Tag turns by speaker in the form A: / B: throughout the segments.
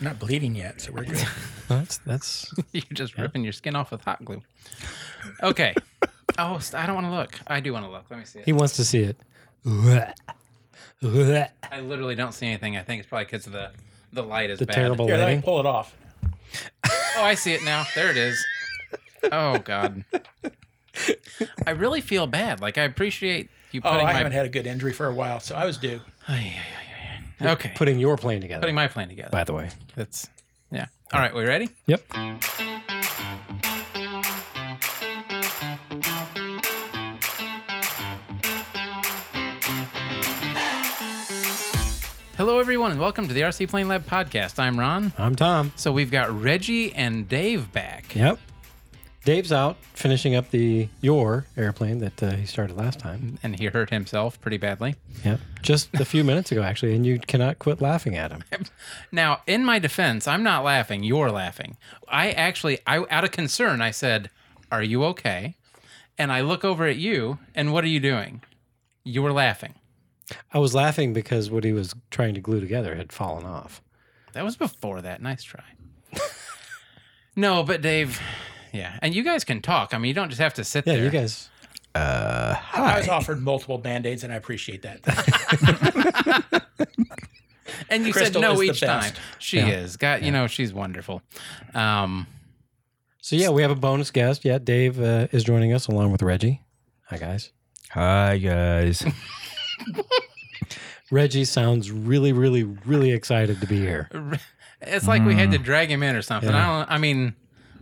A: I'm not bleeding yet, so we're good.
B: That's that's
C: You're just ripping your skin off with hot glue. Okay. oh, st- I don't want to look. I do want to look. Let me see it.
B: he wants to see it. Blech. Blech.
C: I literally don't see anything. I think it's probably because the the light is
B: The
C: bad.
B: terrible
A: Here, let me
B: lighting.
A: pull it off.
C: Oh, I see it now. There it is. Oh God. I really feel bad. Like I appreciate you
A: Oh,
C: putting
A: I
C: my
A: haven't had a good injury for a while, so I was due.
C: Ay, ay, ay, ay, ay. okay
B: Putting your plane together.
C: putting my plan together.
B: by the way.
C: That's yeah. All right, we ready?
B: Yep.
C: Hello, everyone, and welcome to the RC Plane Lab podcast. I'm Ron.
B: I'm Tom.
C: So we've got Reggie and Dave back.
B: Yep. Dave's out finishing up the your airplane that uh, he started last time.
C: and he hurt himself pretty badly.
B: Yep. Just a few minutes ago, actually, and you cannot quit laughing at him.
C: Now, in my defense, I'm not laughing. You're laughing. I actually, I out of concern, I said, "Are you okay?" And I look over at you, and what are you doing? You were laughing.
B: I was laughing because what he was trying to glue together had fallen off.
C: That was before that. Nice try. no, but Dave, yeah, and you guys can talk. I mean, you don't just have to sit
B: Yeah,
C: there.
B: you guys.
A: I was offered multiple band aids, and I appreciate that.
C: and you
A: Crystal
C: said
A: is
C: no
A: the
C: each time.
A: best.
C: She is. God, you know, she's wonderful. Um,
B: So yeah, we have a bonus guest. Yeah, Dave uh, is joining us along with Reggie. Hi guys.
D: Hi guys.
B: Reggie sounds really, really, really excited to be here.
C: It's like we had
B: Mm.
C: to drag him in or something. I don't. I mean,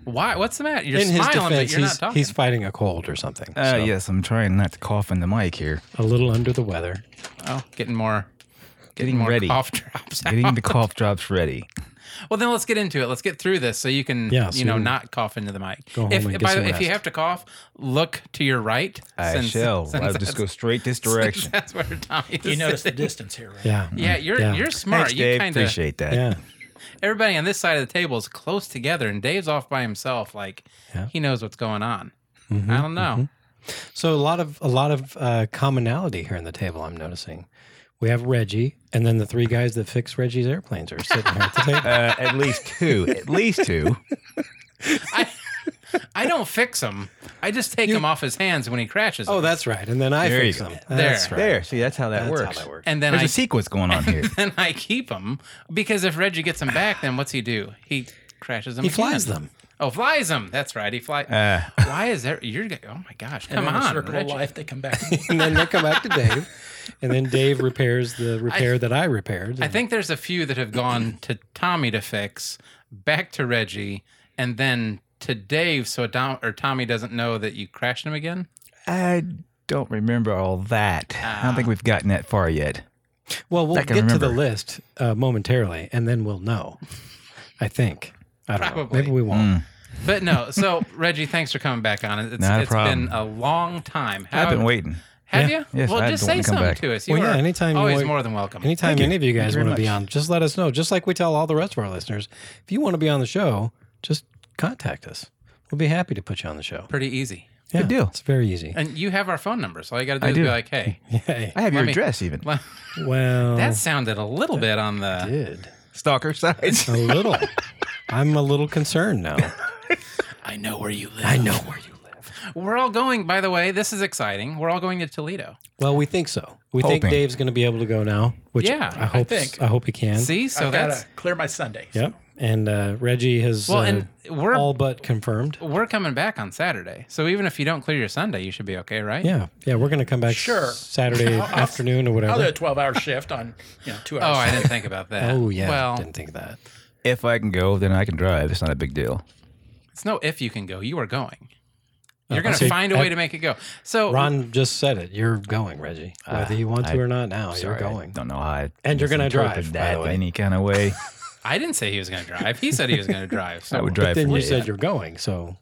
C: why? What's the matter? You're
B: In his
C: smiling,
B: defense,
C: but you're
B: he's,
C: not talking.
B: he's fighting a cold or something.
D: Uh,
B: so
D: Yes, I'm trying not to cough in the mic here.
B: A little under the weather.
C: oh, getting more, getting
D: Getting
C: more
D: ready.
C: cough drops. out.
D: Getting the cough drops ready.
C: well, then let's get into it. Let's get through this so you can,
B: Yeah,
C: you
B: so
C: know,
B: you-
C: not cough into the mic.
B: Go home
C: if
B: and get
C: by the
B: some
C: way, if you
B: rest.
C: have to cough, look to your right.
D: I
C: since-
D: shall.
C: since
D: I'll just go straight this
C: that's,
D: direction.
C: that's where Tommy. Is
A: You notice the
C: sitting.
A: distance here, right?
B: Yeah.
C: Yeah, you're
B: Yeah.
C: you're smart.
D: Thanks,
C: you
D: Dave.
C: kind of
D: Appreciate that.
B: Yeah.
C: everybody on this side of the table is close together, and Dave's off by himself. Like
B: Yeah.
C: he knows what's going on. I don't know.
B: So a lot of a lot of uh, commonality here in the table. I'm noticing. We have Reggie, and then the three guys that fix Reggie's airplanes are sitting here at the table.
D: Uh, at least two. At least two.
C: I, I don't fix him. I just take him off his hands when he crashes.
B: Oh,
C: him.
B: that's right. And then I
D: There you
B: fix
D: go.
B: them.
C: There.
B: That's right.
D: There. See, that's how that
B: That's
D: works.
B: how that works.
C: and then
D: There's
C: I
D: a sequence going on here.
C: then I keep him because if Reggie gets him back, then what's he do? He crashes him.
B: he flies
C: again.
B: them.
C: Oh, flies him. That's right. He flies.
D: Uh,
C: Why is there? You're. Oh my gosh!
A: And
C: Come
A: in the
C: on,
A: circle
C: Reggie.
A: of life, they come back.
B: And then they come back to Dave, and then Dave repairs the repair that I repaired.
C: I think there's a few that have gone to Tommy to fix, back to Reggie, and then to Dave, so Dom, or Tommy doesn't know that you crashed him again.
D: I don't remember all that. I don't think we've gotten that far yet.
B: Well, we'll
D: I
B: get
D: can
B: to the
D: remember.
B: list uh, momentarily, and then we'll know. I think. I don't know.
C: Probably.
B: Maybe we won't.
C: But no. So Reggie, thanks for coming back on. It's,
D: Not a
C: it's
D: problem.
C: been a long time. How,
D: I've been waiting.
C: Have
B: Yeah.
C: you?
D: Yes,
C: well,
D: I
C: just
D: don't
C: say
D: wanna come
C: something
D: back.
C: to us. You
B: Well, yeah,
C: are
B: anytime you
C: always
B: want-
C: more than welcome.
B: Anytime any of you guys
D: very
B: want to be
D: much.
B: on, just let us know. Just like we tell all the rest of our listeners, if you want to be on the show, just contact us. We'll be happy to put you on the show.
C: Pretty easy.
B: Yeah,
D: deal.
B: It's very easy.
C: And you have our phone number, so all you got to do
D: I
C: is
D: do.
C: be like, "Hey."
B: Yeah.
D: I have your
C: me-
D: address even.
C: Well,
B: Well,
C: that sounded a little bit on the.
B: did
D: Stalker size.
B: a little. I'm a little concerned now.
C: I know where you live.
B: I know where you live.
C: We're all going. By the way, this is exciting. We're all going to Toledo.
B: Well, we think so. We think
D: Hoping.
B: Dave's going to be able to go now, which
C: Yeah,
B: I hope. I,
A: think.
B: hope he can.
C: See, so
A: I've
C: that's
A: gotta clear my Sunday.
B: Yep. And uh, Reggie has
C: well,
B: uh,
C: and we're
B: all but confirmed.
C: we're coming back on Saturday. So even if you don't clear your Sunday, you should be okay, right?
B: Yeah, yeah, we're going to come back
A: Sure.
B: Saturday afternoon or
A: I'll do
B: whatever.
A: a 12 hour shift on you know, two
C: Oh,
A: hours.
C: I didn't think about that.
B: Oh yeah,
C: Well,
B: didn't think of that.
D: If I can go, then I can drive. It's not a big deal.
C: it's no if you can go. You are going. You're
B: Oh,
C: going to
B: see,
C: find a
B: I-
C: way to make it go. So
B: Ron just said it. You're going, Reggie, whether you want to
D: I-
B: or not. Now
D: Sorry,
B: Oh, you're
D: I
B: going.
D: don't know how. I
B: And you're gonna drive,
D: misinterpreted
B: by
D: that
B: the
D: in
B: way.
D: any kind of way.
C: I didn't say he was going to drive. He said he was going to drive. So
D: I would
B: But
D: drive.
B: then
D: for
B: you
D: you.
B: said you're going, so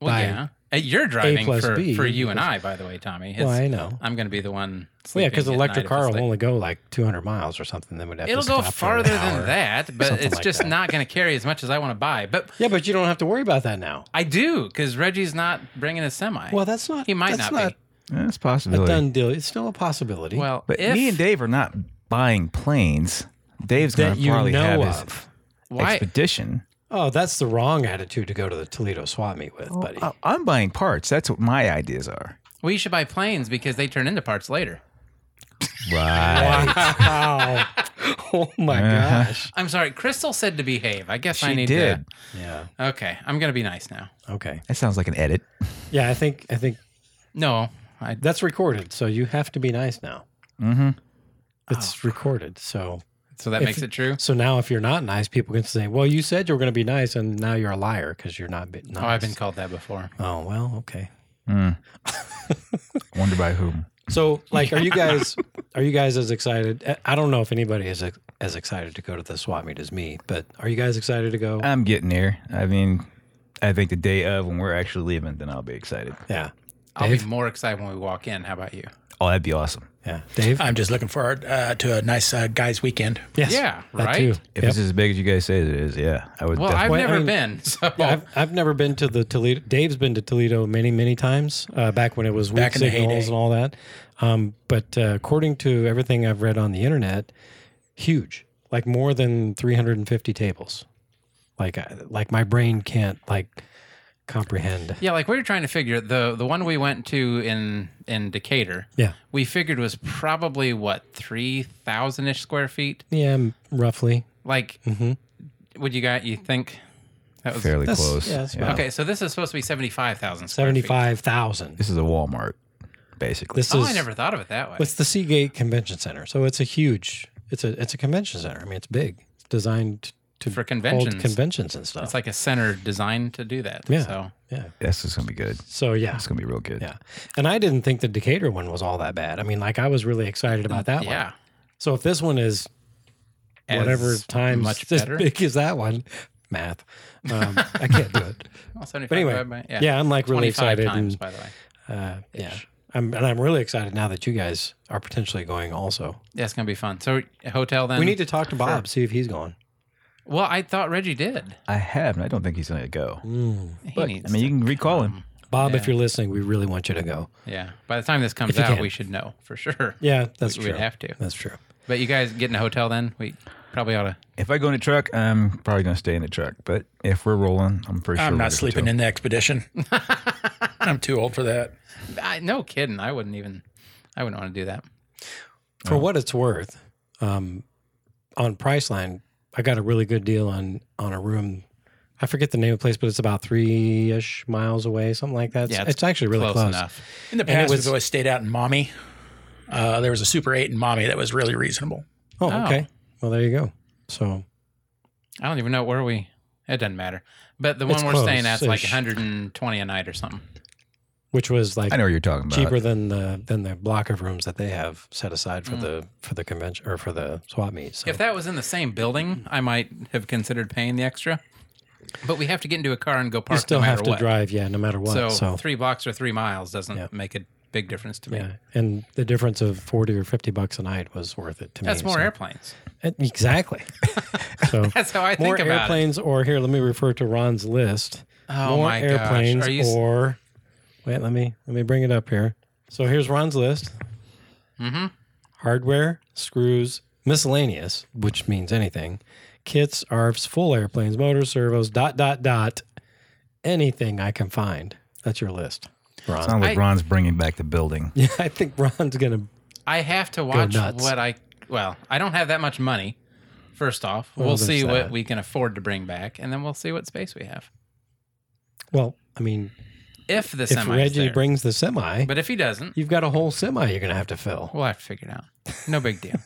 C: well,
B: by
C: yeah. Uh, You're driving
B: plus
C: for,
B: B
C: for you and I, by the way, Tommy.
B: well,
C: It's-
B: I know.
C: I'm going to be the one.
B: Well, yeah,
C: sleeping
B: because
C: at
B: electric
C: night
B: car
C: if
B: will
C: it's late.
B: only go like 200 miles or something. Then we'd have
C: It'll
B: to
C: go
B: stop for an
C: farther than
B: hour.
C: that, but
B: something
C: it's
B: like
C: just
B: that.
C: not going to carry as much as I want to buy. But
B: Yeah, but you don't have to worry about that now.
C: I do because Reggie's not bringing a semi.
B: Well, that's not.
C: He might
B: that's
C: not be.
D: Yeah, It's a
B: a
D: possibility.
B: done deal. It's still a possibility.
C: well,
D: But
C: if,
D: me and Dave are not buying planes. Dave's going
B: That
D: to
B: you
D: probably
B: know
D: have
B: of.
D: his
C: Why?
D: expedition.
B: Oh, that's the wrong attitude to go to the Toledo swap meet with, buddy.
D: I- I'm buying parts. That's what my ideas are.
C: Well, you should buy planes because they turn into parts later.
D: Right.
B: Wow. oh my
D: Uh-huh.
B: gosh.
C: I'm sorry. Crystal said to behave. I guess I
D: She
C: need
D: did.
B: Yeah.
C: to. Okay, I'm gonna be nice now.
B: Okay.
D: That sounds like an edit.
B: Yeah, I think I think
C: No, I,
B: that's recorded, so you have to be nice now.
D: Mm-hmm.
B: It's recorded, so
C: so that
B: If-
C: makes it true.
B: so now if you're not nice, people can say, "Well, you said you were going to be nice, and now you're a liar because you're not be- nice."
C: Oh, I've been called that before.
B: Oh well, okay.
D: Mm. Wonder by whom.
B: So, like, are you guys are you guys as excited? eh, I- I don't know if anybody is ex- as excited to go to the swap meet as me, but are you guys excited to go?
D: I'm getting there. I mean, I think the day of when we're actually leaving, then I'll be excited.
B: yeah,
C: I'll
B: Dave?
C: be more excited when we walk in. How about you?
D: Oh, that'd be awesome.
B: yeah. Dave,
A: I'm just looking forward uh, to a nice uh, guys' weekend.
B: yes,
C: yeah,
B: that
C: right?
B: Too. Yep.
D: If it's as big as you guys say it is, yeah, I would.
C: Well,
D: definitely-
C: I've
B: Well, I
C: never
B: mean-
C: been, so
B: Yeah, I've, I've never been to the Toledo. Dave's been to Toledo many, many times uh, back when it was weak
A: Back in the
B: signals
A: heyday.
B: and all that. Um, but uh, according to everything I've read on the internet, huge, like more than 350 tables. Like, I, like my brain can't like comprehend.
C: yeah, like we were trying to figure the the one we went to in in Decatur.
B: Yeah,
C: We figured was probably what three thousand ish square feet.
B: yeah, m- roughly.
C: Like,
B: Mhm.
C: would you got you think that was
D: fairly
B: That's-
D: close.
B: yeah, that's about-
C: okay? So this is supposed to be seventy five thousand.
B: Seventy-five thousand.
D: This is a Walmart, basically.
B: This
C: Oh,
B: is
C: I never thought of it that way.
B: it's the Seagate Convention Center, so it's a huge. It's a it's a convention center. I mean, it's big. It's designed to
C: For
B: hold
C: conventions.
B: conventions and stuff.
C: It's like a center designed to do that.
B: Yeah.
C: So
B: yeah.
D: this is gonna be good.
B: So yeah,
D: It's gonna be real good.
B: Yeah. And I didn't think the Decatur one was all that bad. I mean, like I was really excited about that one.
C: yeah,
B: So if this one is
C: As
B: whatever times
C: much
B: as
C: better.
B: big as that one, math, um, I can't do it.
C: Well, 75
B: But anyway,
C: divided by-
B: yeah. I'm like really
C: 25
B: excited.
C: Times,
B: and,
C: by the way,
B: uh, yeah. I'm, and I'm really excited now that you guys are potentially going also.
C: yeah, it's gonna be fun. So hotel then.
B: we need to talk to Bob, see if he's going.
C: Well, I thought Reggie did.
D: I have, and I don't think he's gonna go.
C: He
D: But,
C: needs.
D: I mean, you
C: to-
D: can recall him.
B: Bob, if you're listening, we really want you to go.
C: yeah. By the time this comes
B: If you
C: out,
B: can.
C: we should know for sure.
B: Yeah, that's
C: We-
B: true.
C: We'd have to.
B: That's true.
C: But you guys get in a hotel then. We probably ought to.
D: If I go in a truck, I'm probably gonna stay in the truck. But if we're rolling, I'm pretty sure
A: I'm
D: we're
A: not
D: good
A: sleeping
D: to-
A: in the expedition. I'm too old for that.
C: I, no kidding. I wouldn't even. I wouldn't want to do that.
B: For what it's worth, um, on Priceline, I got a really good deal on on a room. I forget the name of the place, but it's about three ish miles away, something like that. It's-
C: Yeah,
B: it's,
C: it's
B: actually really close.
C: Close enough.
A: In the
B: it
A: past,
B: was-
A: we've always stayed out in Mommy. Uh, there was a Super 8 in Mommy that was really reasonable.
B: Oh,
C: Oh.
B: okay. Well, there you go. So
C: I don't even know where we. It doesn't matter. But the one
B: It's
C: we're staying at's like
B: close-ish.
C: 120 a night or something.
B: which was like
D: I know what you're talking about.
B: cheaper than the than the block of rooms that they have set aside for the for the convention or for the swap meet. So
C: Mm. If that was in the same building, I might have considered paying the extra. But we have to get into a car and go park.
B: you still
C: no matter
B: have to
C: what.
B: drive, yeah, no matter what.
C: So,
B: So,
C: three blocks or three miles doesn't
B: Yeah.
C: make a big difference to me.
B: yeah, and the difference of forty or fifty bucks a night was worth it to
C: That's
B: me.
C: more
B: so- eh,
C: airplanes.
B: Exactly. so
C: That's how I
B: more
C: think about it.
B: airplanes, or here, let me refer to Ron's list.
C: Oh
B: more
C: my gosh.
B: airplanes,
C: Are you s-
B: or wait, let me let me bring it up here. So here's Ron's list:
C: Mhm.
B: hardware, screws, miscellaneous, which means anything, kits, ARFs, full airplanes, motors, servos, dot dot dot, anything I can find. That's your list,
D: It's
B: Ron.
D: not like
C: I-
D: Ron's bringing back the building.
B: Yeah, I think Ron's gonna.
C: I have to watch
B: nuts.
C: what I. Well, I don't have that much money. First off, we'll,
B: Well, there's
C: see what
B: that.
C: we can afford to bring back, and then we'll see what space we have.
B: Well, I mean,
C: If the
B: if
C: semi,
B: Reggie
C: there.
B: brings the semi,
C: but if he doesn't,
B: you've got a whole semi you're gonna have to fill.
C: we'll have to figure it out. No big deal.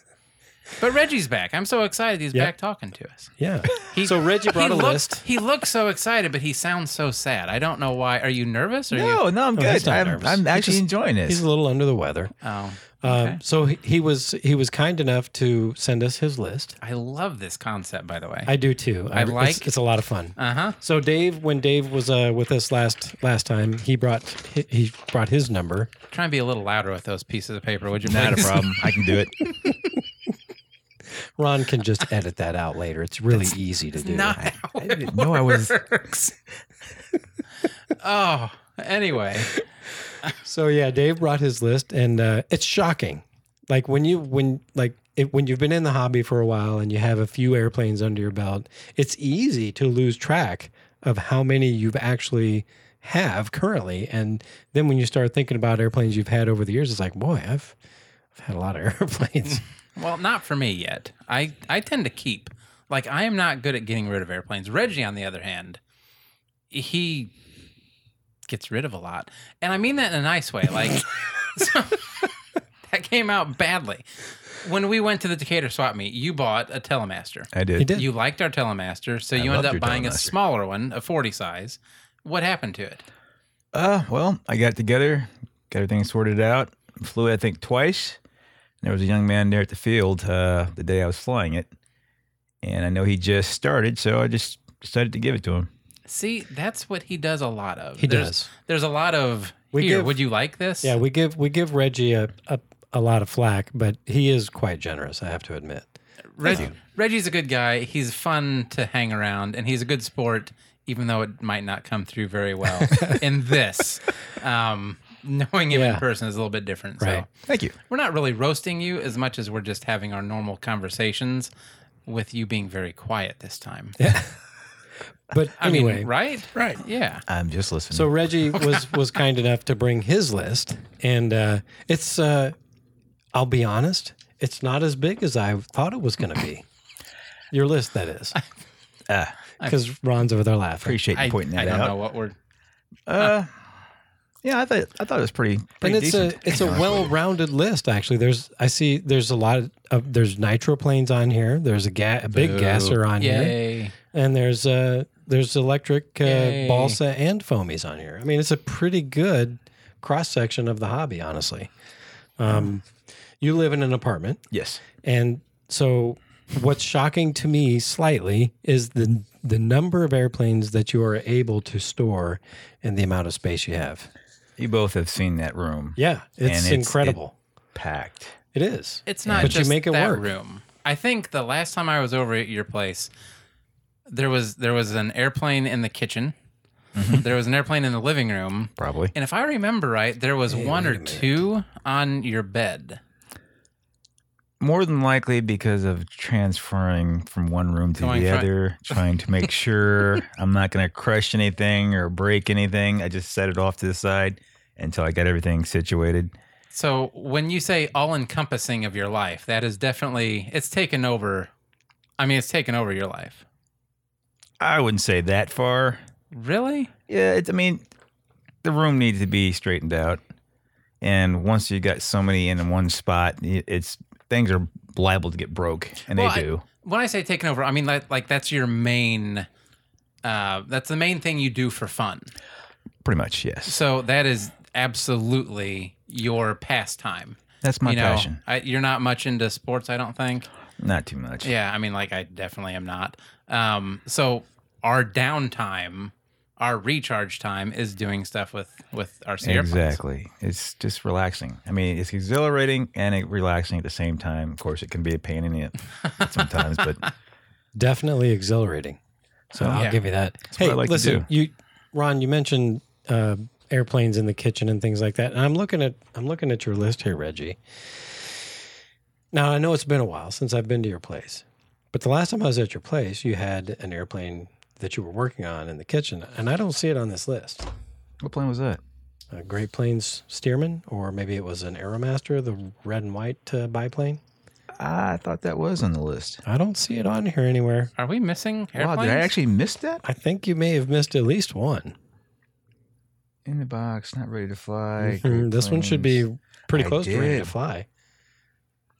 C: but Reggie's back. I'm so excited. He's
B: Yep.
C: back talking to us.
B: Yeah.
C: He,
B: So Reggie brought
C: he
B: a
C: looked,
B: list.
C: He looks so excited, but he sounds so sad. I don't know why. Are you nervous? Or You,
D: No, no, I'm
B: he's
D: good.
B: not
D: I'm,
B: nervous.
D: I'm
B: He
D: actually
B: just-
D: enjoying
B: He's
D: this.
B: a little under the weather.
C: oh,
B: Um, so he, he was he was kind enough to send us his list.
C: I love this concept. By the way,
B: I do too.
C: I
B: it's-
C: like-
B: It's, a lot of fun.
C: uh huh.
B: So Dave, when Dave was uh, with us last last time, he brought he, he brought his number.
C: Try and be a little louder with those pieces of paper, would you?
D: Not a
C: please?
D: problem. I can do it.
B: Ron can just edit that out later. It's really easy to do.
C: Not how
D: I didn't know I was.
C: works. oh, anyway,
B: So yeah, Dave brought his list, and uh, it's shocking. Like when you when like it, when you've been in the hobby for a while and you have a few airplanes under your belt, it's easy to lose track of how many you've actually have currently. And then when you start thinking about airplanes you've had over the years, it's like, boy, I've I've had a lot of airplanes.
C: Well, not for me yet. I, I tend to keep. Like, I am not good at getting rid of airplanes. Reggie, on the other hand, he gets rid of a lot. And I mean that in a nice way. Like, so, that came out badly. When we went to the Decatur swap meet, you bought a Telemaster.
D: I did.
B: You did.
C: You liked our Telemaster, so
D: I
C: you ended
D: loved
C: up
D: your
C: buying a
D: Telemaster.
C: smaller one, a 40 size. What happened to it?
D: Uh, well, I got together, got everything sorted out, flew it, I think, twice. There was a young man there at the field uh, the day I was flying it. And I know he just started, so I just decided to give it to him.
C: See, that's what he does a lot of.
B: He
C: there's,
B: does.
C: There's a lot of
B: We
C: here.
B: give-
C: would you like this?
B: Yeah, we give we give Reggie a, a, a lot of flack, but he is quite generous, I have to admit.
C: Reggie, Reggie's a good guy. He's fun to hang around, and he's a good sport, even though it might not come through very well in this. Um, knowing him in
B: Yeah.
C: person is a little bit different.
B: Right.
C: So
D: Thank you.
C: we're not really roasting you as much as we're just having our normal conversations with you being very quiet this time.
B: But
C: I mean,
B: anyway,
C: right?
A: Right.
C: Yeah.
D: I'm just listening.
B: so Reggie was was kind enough to bring his list, and uh, it's uh, I'll be honest, it's not as big as I thought it was going to be. Your list, that is,
D: uh,
B: because Ron's over there laughing.
D: appreciate
C: I,
D: you pointing
C: I
D: that
C: don't know
D: out.
C: what we're.
D: Uh, yeah, I thought I thought it was pretty.
B: and
D: pretty
B: it's
D: decent.
B: a it's a well-rounded list actually. There's I see there's a lot of there's nitroplanes on here. There's a, ga- a big
D: Boo.
B: gasser on here,
C: Yay.
B: and there's uh there's electric uh,
C: Yay.
B: balsa and foamies on here. I mean, it's a pretty good cross section of the hobby, honestly. Um, you live in an apartment,
D: yes.
B: and so what's shocking to me slightly is the the number of airplanes that you are able to store and the amount of space you have.
D: You both have seen that room
B: Yeah, it's,
D: it's- it-
B: incredible.
D: packed.
B: it is.
C: It's not
B: But you
C: just
B: make it
C: that
B: work.
C: room. I think the last time I was over at your place, there was there was an airplane in the kitchen.
B: Mm-hmm.
C: there was an airplane in the living room.
D: Probably.
C: And if I remember right, there was one or two on your bed.
D: More than likely because of transferring from one room to
C: Going
D: the
C: fr-
D: other, trying to make sure I'm not going to crush anything or break anything. I just set it off to the side until I got everything situated.
C: So when you say all encompassing of your life, that is definitely it's taken over. I mean, it's taken over your life.
D: I wouldn't say that far.
C: Really?
D: Yeah, it's, I mean, the room needs to be straightened out. And once you got so many in one spot, i- it's things are liable to get broke, and
C: Well, I-
D: they do.
C: when I say taken over, I mean like like that's your main. Uh, that's the main thing you do for fun.
D: Pretty much, yes.
C: So that is absolutely your pastime.
D: That's my
C: you know,
D: passion.
C: I, you're not much into sports, I don't think.
D: Not too much.
C: Yeah, I mean, like I definitely am not. Um, so our downtime, our recharge time, is doing stuff with with our airplanes.
D: Exactly. It's just relaxing. I mean, it's exhilarating and it relaxing at the same time. Of course, it can be a pain in the sometimes, but
B: definitely exhilarating. So I'll
C: Yeah.
B: give you that.
D: Oh, what I like to
B: listen,
D: do.
B: you, Ron, you mentioned uh, airplanes in the kitchen and things like that. And I'm looking at I'm looking at your list here, Reggie. Now I know it's been a while since I've been to your place, but the last time I was at your place, you had an airplane that you were working on in the kitchen, and I don't see it on this list.
D: what plane was that?
B: Uh, Great Plains Stearman, or maybe it was an Aeromaster, the red and white uh, biplane.
D: I thought that was on the list.
B: I don't see it on here anywhere.
C: Are we missing airplanes?
D: Wow, did I actually miss that?
B: I think you may have missed at least one.
D: In the box, not ready to fly.
B: Mhm, This one should
D: Airplanes.
B: be pretty
D: I
B: close to ready to
D: did.
B: fly.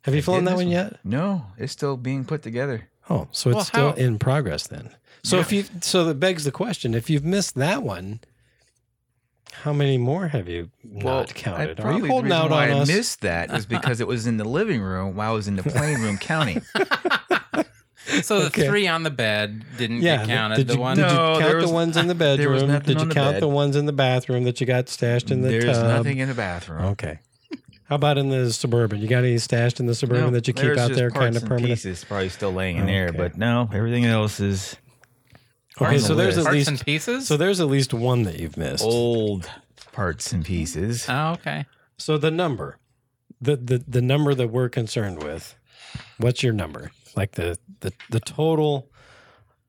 B: Have you
D: I
B: flown
D: did
B: that
D: this
B: one,
D: one.
B: yet?
D: No, it's still being put together.
B: Oh, so it's
C: Well,
B: still
C: how-
B: in progress then. So if you so that begs the question, if you've missed that one, how many more have you not
D: I
B: counted? Are
D: probably
B: you
D: the
B: holding
D: reason
B: out
D: why
B: on
D: I
B: us?
D: missed that was because it was in the living room while I was in the plane room counting.
C: So the
B: Okay.
C: three on the bed didn't
B: yeah,
C: get
B: th-
C: counted.
B: did
C: the
B: you,
C: one.
B: did you
D: No,
B: count
D: there
B: the
D: was-
B: ones in the
D: there was
B: bedroom?
D: nothing
B: Did you
D: on the
B: count
D: bed.
B: the ones in the bathroom that you got stashed in the
D: There's
B: tub?
D: nothing in the bathroom.
B: Okay. How about in the suburban? You got any stashed in the suburban
D: No,
B: that you keep
D: there's
B: out
D: just
B: there, kind
D: parts
B: of
D: and
B: permanent?
D: Pieces probably still laying in there,
B: Okay.
D: but no, everything else is
B: Okay,
D: on
B: so
D: the
B: there's
D: list.
B: at
C: Parts
B: least
C: and pieces.
B: so there's at least one that you've missed.
D: old parts and pieces.
C: oh, okay.
B: So the number, the the the number that we're concerned with What's your number? Like the the the total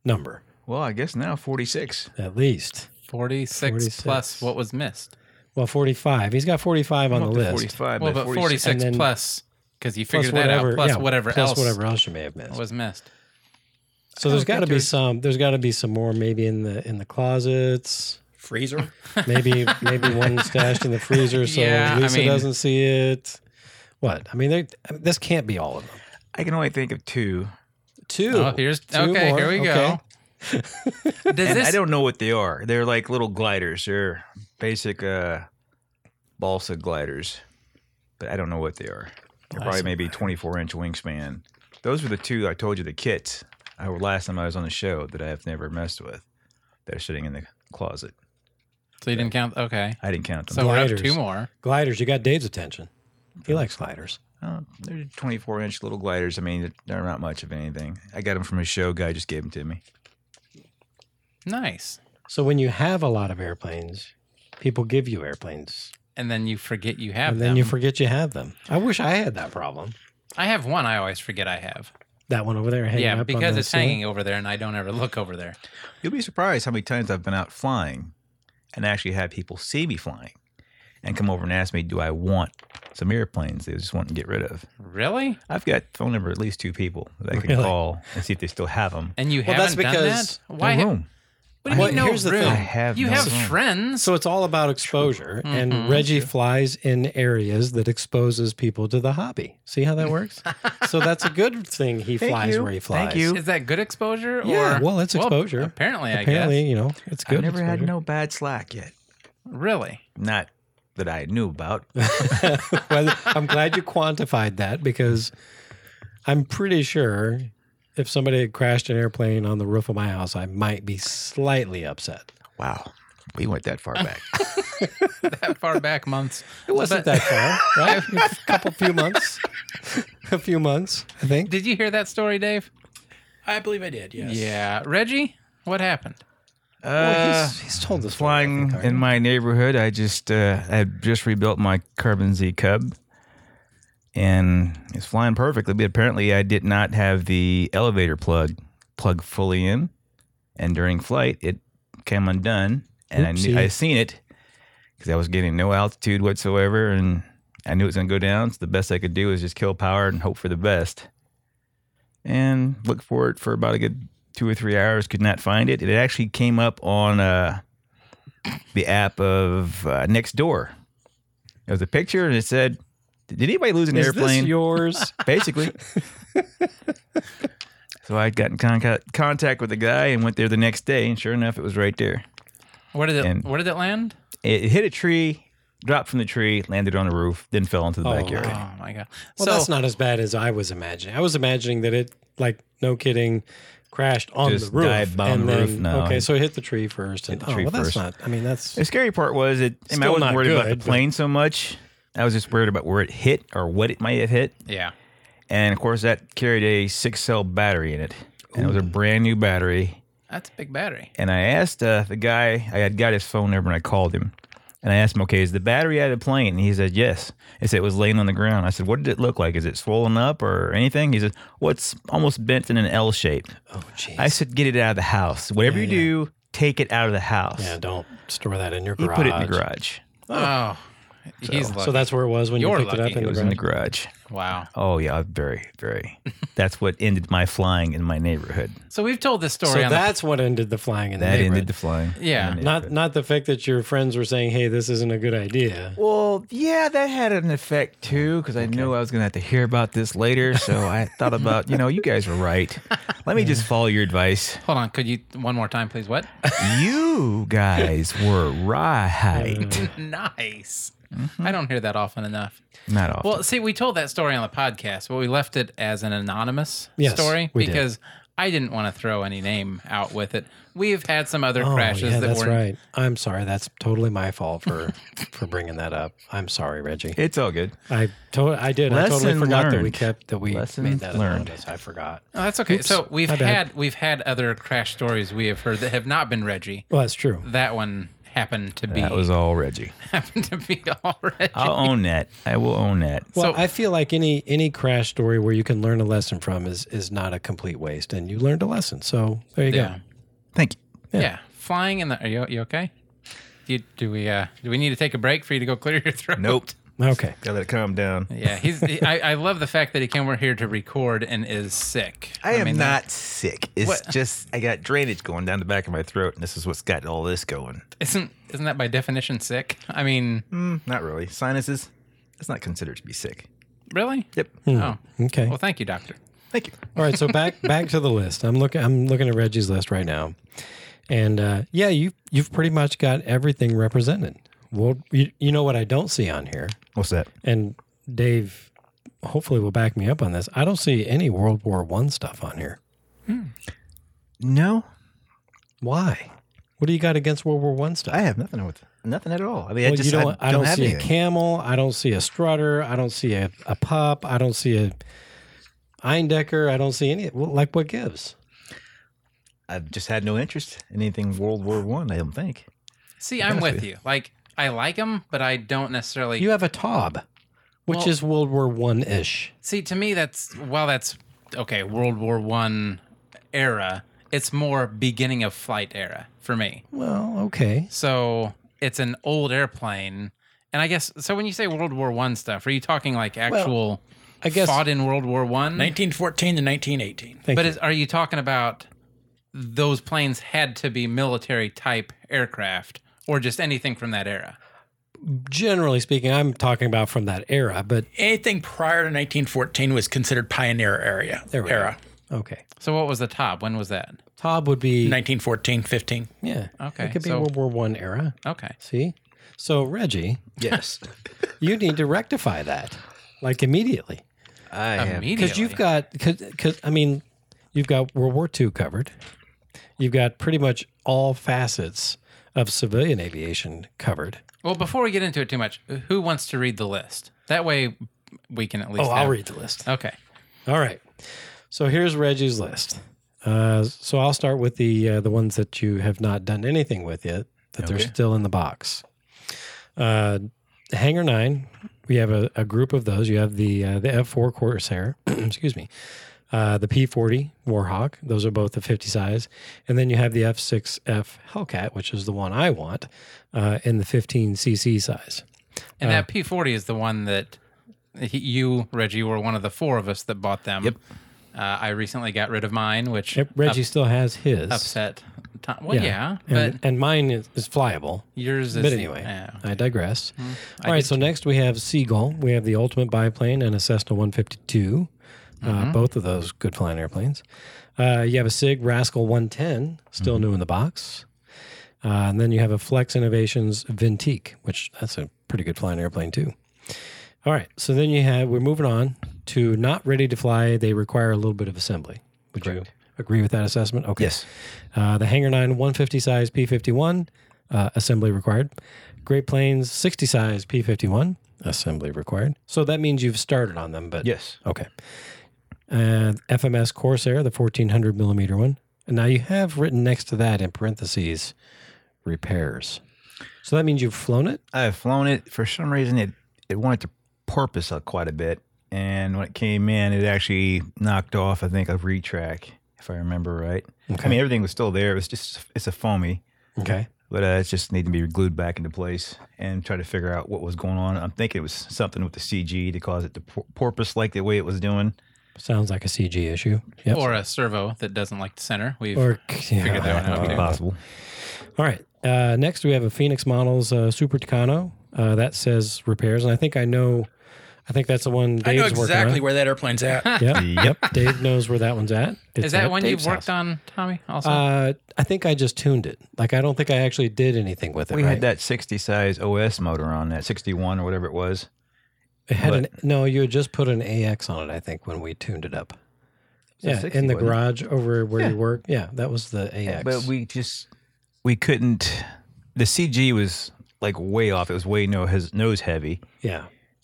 B: number
D: Well, I guess now 46.
B: at least.
C: 46,
B: 46.
C: plus what was missed.
B: Well, 45. He's got 45 on the
D: I'm up to
B: list.
D: 45.
C: Well,
D: but
C: but
D: 46.
C: 46
B: And then-
C: plus, because you
B: Plus
C: figured that out, plus
B: yeah,
C: whatever
B: plus
C: else
B: whatever else you may have missed.
C: was missed.
B: So there's
D: Okay,
B: got to be
D: dude.
B: some. There's got to be some more. Maybe in the in the closets.
A: Freezer.
B: Maybe maybe one stashed in the freezer so
C: Yeah, I
B: Lisa
C: mean-
B: doesn't see it. What I mean, they, this can't be all of them.
D: I can only think of two.
B: Two.
C: Oh, here's
B: Two
C: okay.
B: more,
C: Here we
B: okay.
C: go. Does
D: And
C: this
D: I don't know what they are. They're like little gliders. They're basic uh, balsa gliders, but I don't know what they are. They're probably maybe 24 inch wingspan. Those were the two I told you the kits. I were last time I was on the show that I have never messed with. They're sitting in the closet.
C: so you didn't count? Okay,
D: I didn't count them.
C: so we're up
B: Gliders.
C: two more.
B: gliders. You got Dave's attention. He likes gliders.
D: Uh, they're 24 inch little gliders. I mean, they're not much of anything. I got them from a show guy. Just gave them to me.
C: Nice.
B: So when you have a lot of airplanes, people give you airplanes,
C: And then you forget you have
B: and
C: them.
B: then you forget you have them. I wish I had that problem.
C: I have one. I always forget I have.
B: That one over there hanging up
C: yeah,
B: on
C: because
B: the
C: it's
B: ceiling.
C: hanging over there, and I don't ever look over there.
D: You'll be surprised how many times I've been out flying and actually had people see me flying and come over and ask me, do I want some airplanes they just want to get rid of?
C: Really?
D: I've got phone number of at least two people that I can
B: Really?
D: call and see if they still have them.
C: And you
A: Well, that's
C: haven't done
A: because
C: that? Why?
D: no
C: ha-
D: room.
C: What do you
B: Well,
C: mean no
B: here's the thing.
C: room?
D: I have
C: you
D: no
C: have
D: room.
C: friends.
B: So it's all about exposure,
D: Mm-hmm.
B: and
C: Mhm.
B: Reggie flies in areas that exposes people to the hobby. See how that works? so that's a good thing. He
D: Thank
B: flies
D: you.
B: where he flies.
D: Thank you.
C: is that good exposure?
B: Yeah,
C: Or
B: well, it's exposure.
C: apparently, I
B: Apparently,
C: guess.
B: you know, it's good.
D: I've never had
B: exposure.
D: no bad slack yet.
C: Really?
D: Not that I knew about.
B: well, I'm glad you quantified that because I'm pretty sure if somebody had crashed an airplane on the roof of my house, I might be slightly upset.
D: Wow. We went that far back.
C: that far back months.
B: It wasn't
C: But-
B: that far, right? a couple, few months, a few months, I think.
C: Did you hear that story, Dave?
A: I believe I did. Yes.
C: Yeah. Reggie, what happened?
B: Well,
D: Uh,
B: he's, he's told this story, I
D: flying
B: think, already.
D: in my neighborhood. I just uh, I had just rebuilt my Carbon Z Cub, and it's flying perfectly. But apparently, I did not have the elevator plug plug fully in, and during flight, it came undone, and I
B: Oopsie.
D: knew I seen it because I was getting no altitude whatsoever, and I knew it was gonna go down. So the best I could do was just kill power and hope for the best, and look for it for about a good two or three hours. Could not find it. It actually came up on. Uh, the app of uh, Nextdoor. It was a picture, and it said, "Did anybody lose an
B: Is
D: airplane?"
B: this yours?
D: Basically. so I got in contact, contact with the guy and went there the next day, and sure enough, it was right there.
C: Where did it
D: And-
C: where did it land?
D: It, it hit a tree, dropped from the tree, landed on the roof, then fell into the
B: Oh,
D: backyard.
B: Okay.
C: Oh my god.
B: Well,
C: so
B: that's not as bad as I was imagining. I was imagining that it, like, no kidding, crashed on
D: Just
B: the roof.
D: dive bomb
B: and
D: the
B: then,
D: roof, no.
B: Okay, so it hit the tree first. And,
D: Hit the
B: oh,
D: tree
B: well, that's
D: first.
B: not. I mean, that's
D: The scary part was it. I, mean, I
B: Still
D: wasn't
B: not
D: worried about
B: good,
D: the
B: but-
D: plane so much. I was just worried about where it hit or what it might have hit.
C: yeah.
D: And of course, that carried a six cell battery in it. And it was a brand new battery.
C: That's a big battery.
D: and I asked uh, the guy. I had got his phone number, and I called him, and I asked him, "Okay, is the battery out of the plane?" And he said, "Yes." I said, "It was laying on the ground." I said, "What did it look like? Is it swollen up or anything?" He said, "Well, it's almost bent in an L shape."
B: oh, jeez.
D: I said, "Get it out of the house. Whatever
B: Yeah,
D: you do, take it out of the house.
B: yeah, don't store that in your
D: he
B: garage.
D: put it in the garage.
C: Oh. he's lucky.
B: So that's where it was when you
C: You're
B: picked it
C: lucky.
B: up in
D: It
B: the
D: was
B: garage.
D: in the garage.
C: wow.
D: Oh yeah, very, very. That's what ended my flying in my neighborhood.
C: So we've told this story
B: so
C: on the-
B: that's what ended the flying in the
D: That ended
B: neighborhood.
D: the flying. in
C: Yeah.
D: my
B: not
D: neighborhood.
B: not the fact that your friends were saying, "Hey, this isn't a good idea."
D: Well, yeah, that had an effect too, because I knew I was going to have to hear about this later. So I thought about, you know, you guys were right. Let me just follow your advice.
C: Hold on, could you one more time please? What?
D: You guys were right.
C: nice. I don't hear that often enough.
D: Not often.
C: Well, see, we told that story on the podcast, but we left it as an anonymous
B: Yes,
C: story
B: we did.
C: because I didn't want to throw any name out with it. We've had some other
B: Oh,
C: crashes
B: yeah,
C: that
B: that's
C: were
B: right. I'm sorry. That's totally my fault for for bringing that up. I'm sorry, Reggie.
D: it's all good.
B: I to- I did. I totally
D: Lesson
B: forgot that we
D: learned.
B: kept that we
D: Lesson
B: made that
D: learned.
B: anonymous. I forgot.
C: Oh, that's okay.
B: Oops,
C: so we've
B: my bad.
C: had we've had other crash stories we have heard that have not been Reggie.
B: Well, that's true.
C: That Oh, one happened to be
D: That was all Reggie.
C: happened to be already.
D: I'll own that. I will own that.
B: Well,
C: So-
B: I feel like any any crash story where you can learn a lesson from is is not a complete waste, and you learned a lesson. So there you
C: yeah.
B: go.
D: Thank you.
C: yeah, Flying in the. Are you, you okay? Do, you, do we uh do we need to take a break for you to go clear your throat?
D: Nope.
B: Okay.
D: Gotta let it calm down.
C: Yeah, he's. he- I, I love the fact that he came over here to record and is sick.
D: I am
C: mean,
D: not sick. It's
C: What?
D: just I got drainage going down the back of my throat, and this is what's got all this going.
C: Isn't isn't that by definition sick? I mean,
D: Mm, not really. Sinuses. It's not considered to be sick. Hmm.
C: really?
D: Yep.
C: Oh,
B: Okay.
C: well, thank you, doctor.
D: Thank you.
B: All right, so back back to the list. I'm looking I'm looking at Reggie's list right now, and uh, yeah, you you've pretty much got everything represented. Well, you, you know what I don't see on here,
D: What's that?
B: and Dave hopefully will back me up on this. I don't see any World War One stuff on here.
D: No,
B: Why? What do you got against World War One stuff?
D: I have nothing with nothing at all. I mean, I
B: well,
D: just
B: you
D: I
B: don't,
D: don't,
B: I don't,
D: have
B: see a
D: anything.
B: camel. I don't see a strutter. I don't see a, a pup. I don't see a Eindecker. I don't see any. Well, like what gives?
D: I've just had no interest in anything World War One. I, don't think.
C: See, I'm with you. Like, I like him, but I don't necessarily.
B: You have a Taub, which
C: Well-
B: is World War One ish.
C: See, to me, that's while that's okay, World War One era. It's more beginning of flight era for me.
B: Well, okay.
C: So it's an old airplane, and I guess so. When you say World War One stuff, are you talking like actual?
B: I guess-
C: fought in World War One.
A: 1914 to 1918.
B: Thank
C: But
B: you.
C: is, are you talking about those planes had to be military type aircraft or just anything from that era?
B: generally speaking, I'm talking about from that era. But
A: Anything prior to 1914 was considered pioneer area
B: There we go.
A: era.
B: okay,
C: So what was the top? When was that?
B: Taub would be
A: 1914, 15.
B: yeah.
C: Okay,
B: it could be
C: so-
B: World War One era.
C: Okay.
B: See, so Reggie,
D: Yes,
B: you need to rectify that, like immediately.
D: I have.
C: Immediately.
B: because you've got because I mean, you've got World War II covered. You've got pretty much all facets of civilian aviation covered.
C: Well, before we get into it too much, who wants to read the list? That way we can at least
B: Oh, I'll
C: have-
B: read the list.
C: Okay.
B: All right, so here's Reggie's list. Uh, so I'll start with the uh, the ones that you have not done anything with yet that they're
D: Okay.
B: still in the box. Uh, Hangar Nine, we have a, a group of those. You have the uh, the F four Corsair, excuse me, uh, the P forty Warhawk. Those are both the fifty size, and then you have the F six F Hellcat, which is the one I want, uh, in the fifteen cc size.
C: And
B: Oh.
C: that P40 is the one that he, you, Reggie, were one of the four of us that bought them.
D: Yep.
C: Uh, I recently got rid of mine, which
B: Yep, Reggie still has his.
C: upset. Tom. Well, yeah, but
B: and, and mine is, is flyable.
C: yours is.
B: But anyway, Mm-hmm.
C: yeah.
B: I digress. All right, so next we have Seagull. We have the Ultimate Biplane and a Cessna 152. Uh, both of those good flying airplanes. Uh, you have a SIG Rascal 110, still new in the box. Uh, and then you have a Flex Innovations Vintique, which that's a pretty good flying airplane too. All right, so then you have, we're moving on to not ready to fly. They require a little bit of assembly. Would you agree with that assessment? Okay.
D: Yes.
B: Uh, the Hangar 9 150 size P51, uh, assembly required. Great Plains 60 size P51, assembly required. So that means you've started on them, but
D: Yes.
B: Okay. Uh, FMS Corsair, the 1400 millimeter one. And now you have written next to that in parentheses repairs. So that means you've flown it?
D: I've flown it. For some reason, it it wanted to porpoise up quite a bit, and when it came in, it actually knocked off. I think a retrack, if I remember right. I mean, everything was still there. It was just it's a foamy.
B: Okay.
D: But uh, it just needed to be glued back into place and try to figure out what was going on. I'm thinking it was something with the CG to cause it to por- porpoise like the way it was doing.
B: Sounds like a CG issue. Yep.
C: or a servo that doesn't like to center. We've
B: Or-
C: figured that one out.
D: Could be
C: too.
D: possible.
B: All right. Uh, next, we have a Phoenix Models uh, Super Tucano. Uh, that says repairs, and I think I know. I think that's the one Dave's
A: I know
B: working
A: exactly
B: on.
A: where that airplane's at.
B: Yep, yep. Dave knows where that one's at. It's
C: Is that
B: at
C: one
B: Dave's
C: you've worked
B: house.
C: on, Tommy? Also,
B: Uh, I think I just tuned it. Like I don't think I actually did anything with it.
D: We
B: right?
D: had that 60 size OS motor on that 61 or whatever it was.
B: It had an, no, you had just put an AX on it. I think when we tuned it up.
D: So
B: yeah,
D: 60,
B: in the
D: wasn't it?
B: garage over where
D: Yeah.
B: you work. Yeah, that was the AX.
D: But we just we couldn't. The CG was like way off. It was way no his nose heavy.
B: yeah.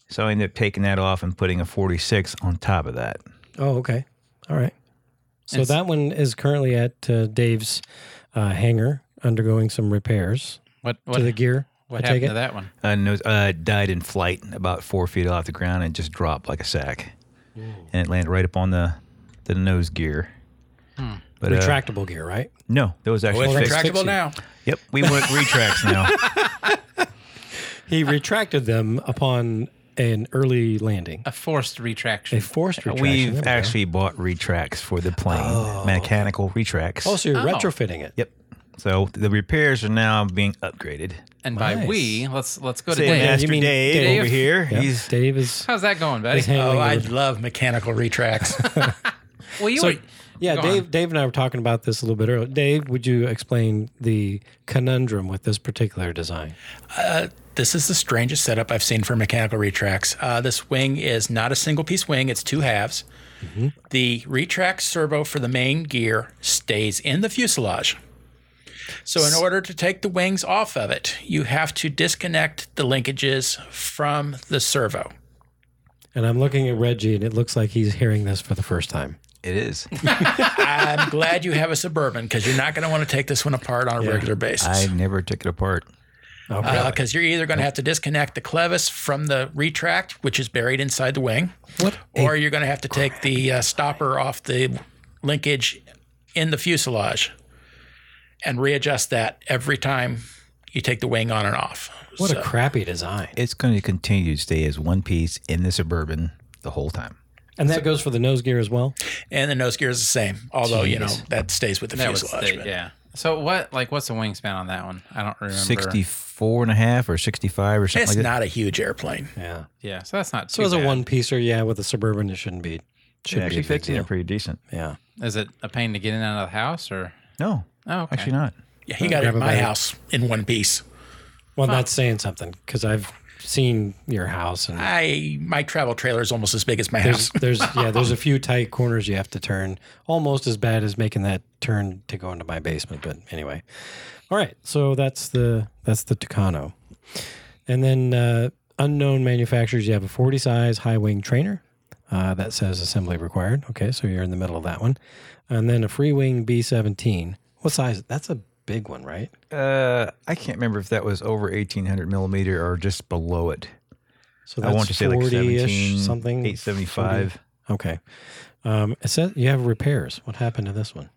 D: So I ended up taking that off and putting a 46 on top of that.
B: Oh, okay. All right. So
C: And s-
B: that one is currently at uh, Dave's uh, hangar undergoing some repairs.
C: What
B: to
C: what,
B: the gear.
C: what
B: I take
C: happened
B: it?
C: to that one?
D: Uh, no, uh, died in flight about four feet off the ground and just dropped like a sack. And it landed right upon the, the nose gear. But, uh,
B: Retractable gear, right?
D: no, that was actually
A: Well, it's
D: fixed.
A: retractable now.
D: Yep, we work retracts now.
B: He retracted them upon an early landing.
C: A forced retraction.
B: A forced retraction. there we
D: We've
B: go.
D: actually bought retracts for the plane, mechanical retracts.
B: Oh, so you're
C: Oh.
B: retrofitting it.
D: Yep. So the repairs are now being upgraded.
C: and by
B: Nice.
C: we, let's let's go to
D: Say
C: Dave.
D: Master
B: you mean
D: Dave,
B: Dave.
D: over here.
B: Yep.
D: He's
B: Dave is,
C: How's that going, buddy?
B: is handling
A: Oh,
B: your-
A: I love mechanical retracts.
C: well, you
B: So,
C: were-
B: yeah,
C: go
B: Dave,
C: on.
B: Dave and I were talking about this a little bit earlier. Dave, would you explain the conundrum with this particular design?
A: This is the strangest setup I've seen for mechanical retracts. Uh, this wing is not a single piece wing, it's two halves. The retract servo for the main gear stays in the fuselage. So, in order to take the wings off of it, you have to disconnect the linkages from the servo.
B: And I'm looking at Reggie, and it looks like he's hearing this for the first time.
D: it is.
A: I'm glad you have a Suburban because you're not going to want to take this one apart on a regular
D: I
A: basis.
D: never took it apart.
B: Oh, really?
A: Because Uh, you're either going to have to disconnect the clevis from the retract, which is buried inside the wing.
B: what?
A: or you're going to have to take the uh, stopper off the linkage in the fuselage and readjust that every time you take the wing on and off.
B: What
A: So-
B: a crappy design.
D: It's going to continue to stay as one piece in the suburban the whole time.
B: And that goes for the nose gear as well.
A: and the nose gear is the same, although you know
D: Jeez.
A: that stays with the
C: that was
A: fuselage.
C: the-
A: but-
C: yeah. So what like what's the wingspan on that one? I don't remember.
D: 64 and a half or 65 or something
A: It's
D: like that.
A: not a huge airplane.
B: Yeah.
C: Yeah. So that's not
B: So
C: too
B: as a
C: bad.
B: one piecer, yeah, with a suburban, it shouldn't be.
D: They
B: Should be
D: actually
B: a big
D: fixing
B: deal.
D: it pretty decent.
B: Yeah.
C: Is it a pain to get in and out of the house or?
D: No,
C: Oh, okay.
D: actually not.
A: Yeah, he got it
B: Oh, grab
A: at
B: it by
A: my
B: the-
A: house in one piece.
B: Well, that's saying something because I've seen your house and
A: I my travel trailer is almost as big as my
B: there's
A: house.
B: there's yeah there's a few tight corners you have to turn almost as bad as making that turn to go into my basement but anyway all right so that's the that's the Tucano and then uh, unknown manufacturers you have a 40 size high wing trainer uh, that says assembly required okay so you're in the middle of that one and then a free wing B17 what size that's a big one right
D: Uh, I can't remember if that was over 1800 millimeter or just below it.
B: so
D: I want to say like
B: 40-ish
D: 17,
B: something
D: 875.
B: okay um, it says you have repairs what happened to this one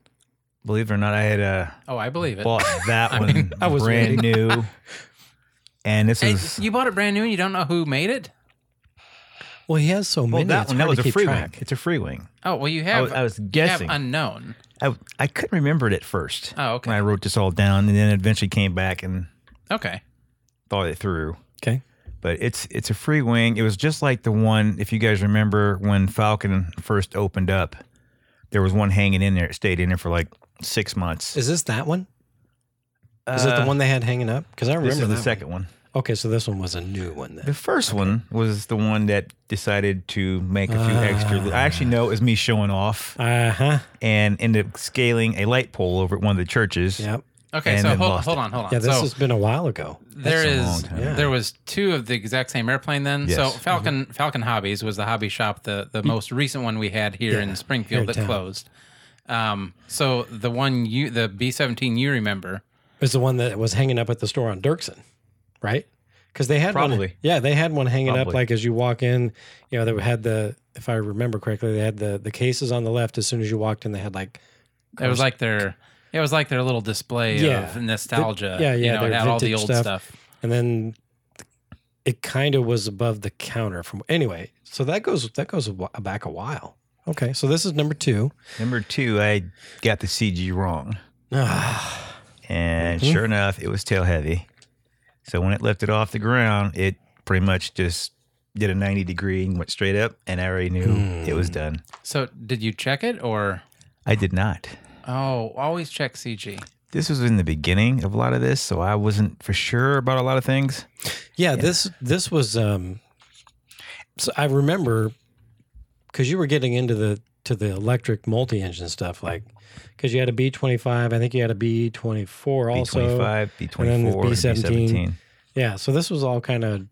D: Believe it or not, I had a
C: Oh, I believe it.
D: bought that one
B: I was
D: brand new. And this
C: Hey,
D: is
C: you bought it brand new and you don't know who made it?
B: well he has so
D: well,
B: many
D: that
B: it's
D: one that
B: hard
D: was
B: to
D: a
B: keep
D: free
B: track.
D: wing. It's a free wing.
C: Oh, well you
D: I
C: have
D: was, I was
C: you have
D: guessing.
C: unknown.
D: I, I couldn't remember it at first.
C: Oh, okay.
D: When I wrote this all down, and then eventually came back and
C: Okay.
D: thought it through.
B: okay
D: But it's it's a free wing. It was just like the one if you guys remember when Falcon first opened up. There was one hanging in there. It stayed in there for like six months.
B: Is this that one? Is it
D: Uh,
B: the one they had hanging up? Because I remember
D: This is
B: that
D: the
B: one.
D: second one.
B: Okay, so this one was a new one then.
D: The first one was the one that decided to make a few extra. I actually know it was me showing off
B: Uh
D: Uh-huh.
B: huh.
D: and ended up scaling a light pole over at one of the churches.
B: Yep.
C: Okay,
D: And
C: so
D: then
C: hold,
D: lost
C: hold
D: it.
C: on, hold on.
B: Yeah, this
C: so
B: has been a while ago.
C: there
D: a long
C: is
D: time
B: ago.
C: there was two of the exact same airplane then. So
D: Yes. Mm-hmm.
C: Falcon Falcon Hobbies was the hobby shop, the
B: Mm.
C: the most recent one we had here in Springfield
B: here in
C: that
B: town.
C: closed. Um, so the one you the B seventeen you remember.
B: It's the one that was hanging up at the store on Dirksen, right? Because they had one.
D: Probably.
B: Yeah, they had one hanging up
D: Probably.
B: like as you walk in. You know, they had the if I remember correctly, they had the the cases on the left as soon as you walked in. They had like
C: It was like their it was like their little display
B: Yeah.
C: of nostalgia.
B: yeah,
C: You
B: yeah,
C: know,
B: their
C: it had all the
B: vintage
C: old
B: stuff.
C: stuff.
B: and then it kind of was above the counter from anyway. So that goes that goes a wh- back a while. Okay, so this is number two.
D: Number two, I got the CG wrong. And
B: Mhm.
D: sure enough, it was tail heavy. So when it lifted off the ground, it pretty much just did a 90 degree and went straight up. And I already knew
B: Hmm.
D: it was done.
C: So did you check it or
D: I did not.
C: oh, always check CG.
D: This was in the beginning of a lot of this. So I wasn't for sure about a lot of things.
B: yeah, this this was um so i remember because you were getting into the to the electric multi-engine stuff like because you had a b25 i think you had a b24 also
D: B25, B24,
B: and then the
D: B17.
B: B17. yeah so this was all kind of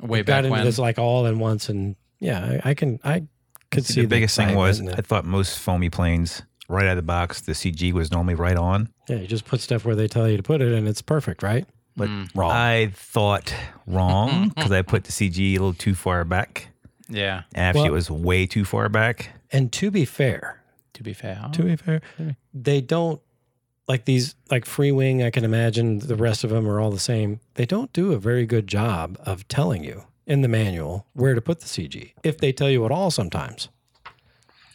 C: Way
B: got
C: back
B: into
C: when
B: this like all in once and yeah i, I can i could see
D: the biggest thing was
B: excitement
D: I
B: in it.
D: thought most foamy planes right out of the box, the CG was normally right on.
B: yeah you just put stuff where they tell you to put it and it's perfect right Uh,
D: but
C: Mm,
B: Wrong.
D: I thought wrong because I put the CG a little too far back.
C: Yeah.
D: Actually,
B: Well-
D: it was way too far back.
B: and to be fair,
C: To be fair.
B: to be fair, they don't like these like Free Wing. I can imagine the rest of them are all the same. They don't do a very good job of telling you in the manual where to put the CG if they tell you at all. Sometimes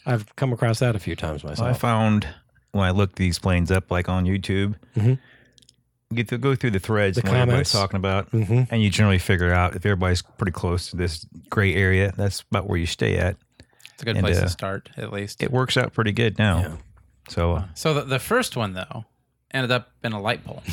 B: I've come across that a few times
D: So I
B: myself.
D: found when I looked these planes up, like on YouTube,
B: Mhm.
D: get to go through the threads
B: The
D: and what everybody's
B: comments.
D: talking about,
B: hmm
D: and you generally figure out if everybody's pretty close to this gray area. That's about where you stay at.
C: It's a good
D: And,
C: place to
D: uh,
C: start, at least.
D: It works out pretty good now. So uh,
C: so the, the first one, though, ended up in a light pole.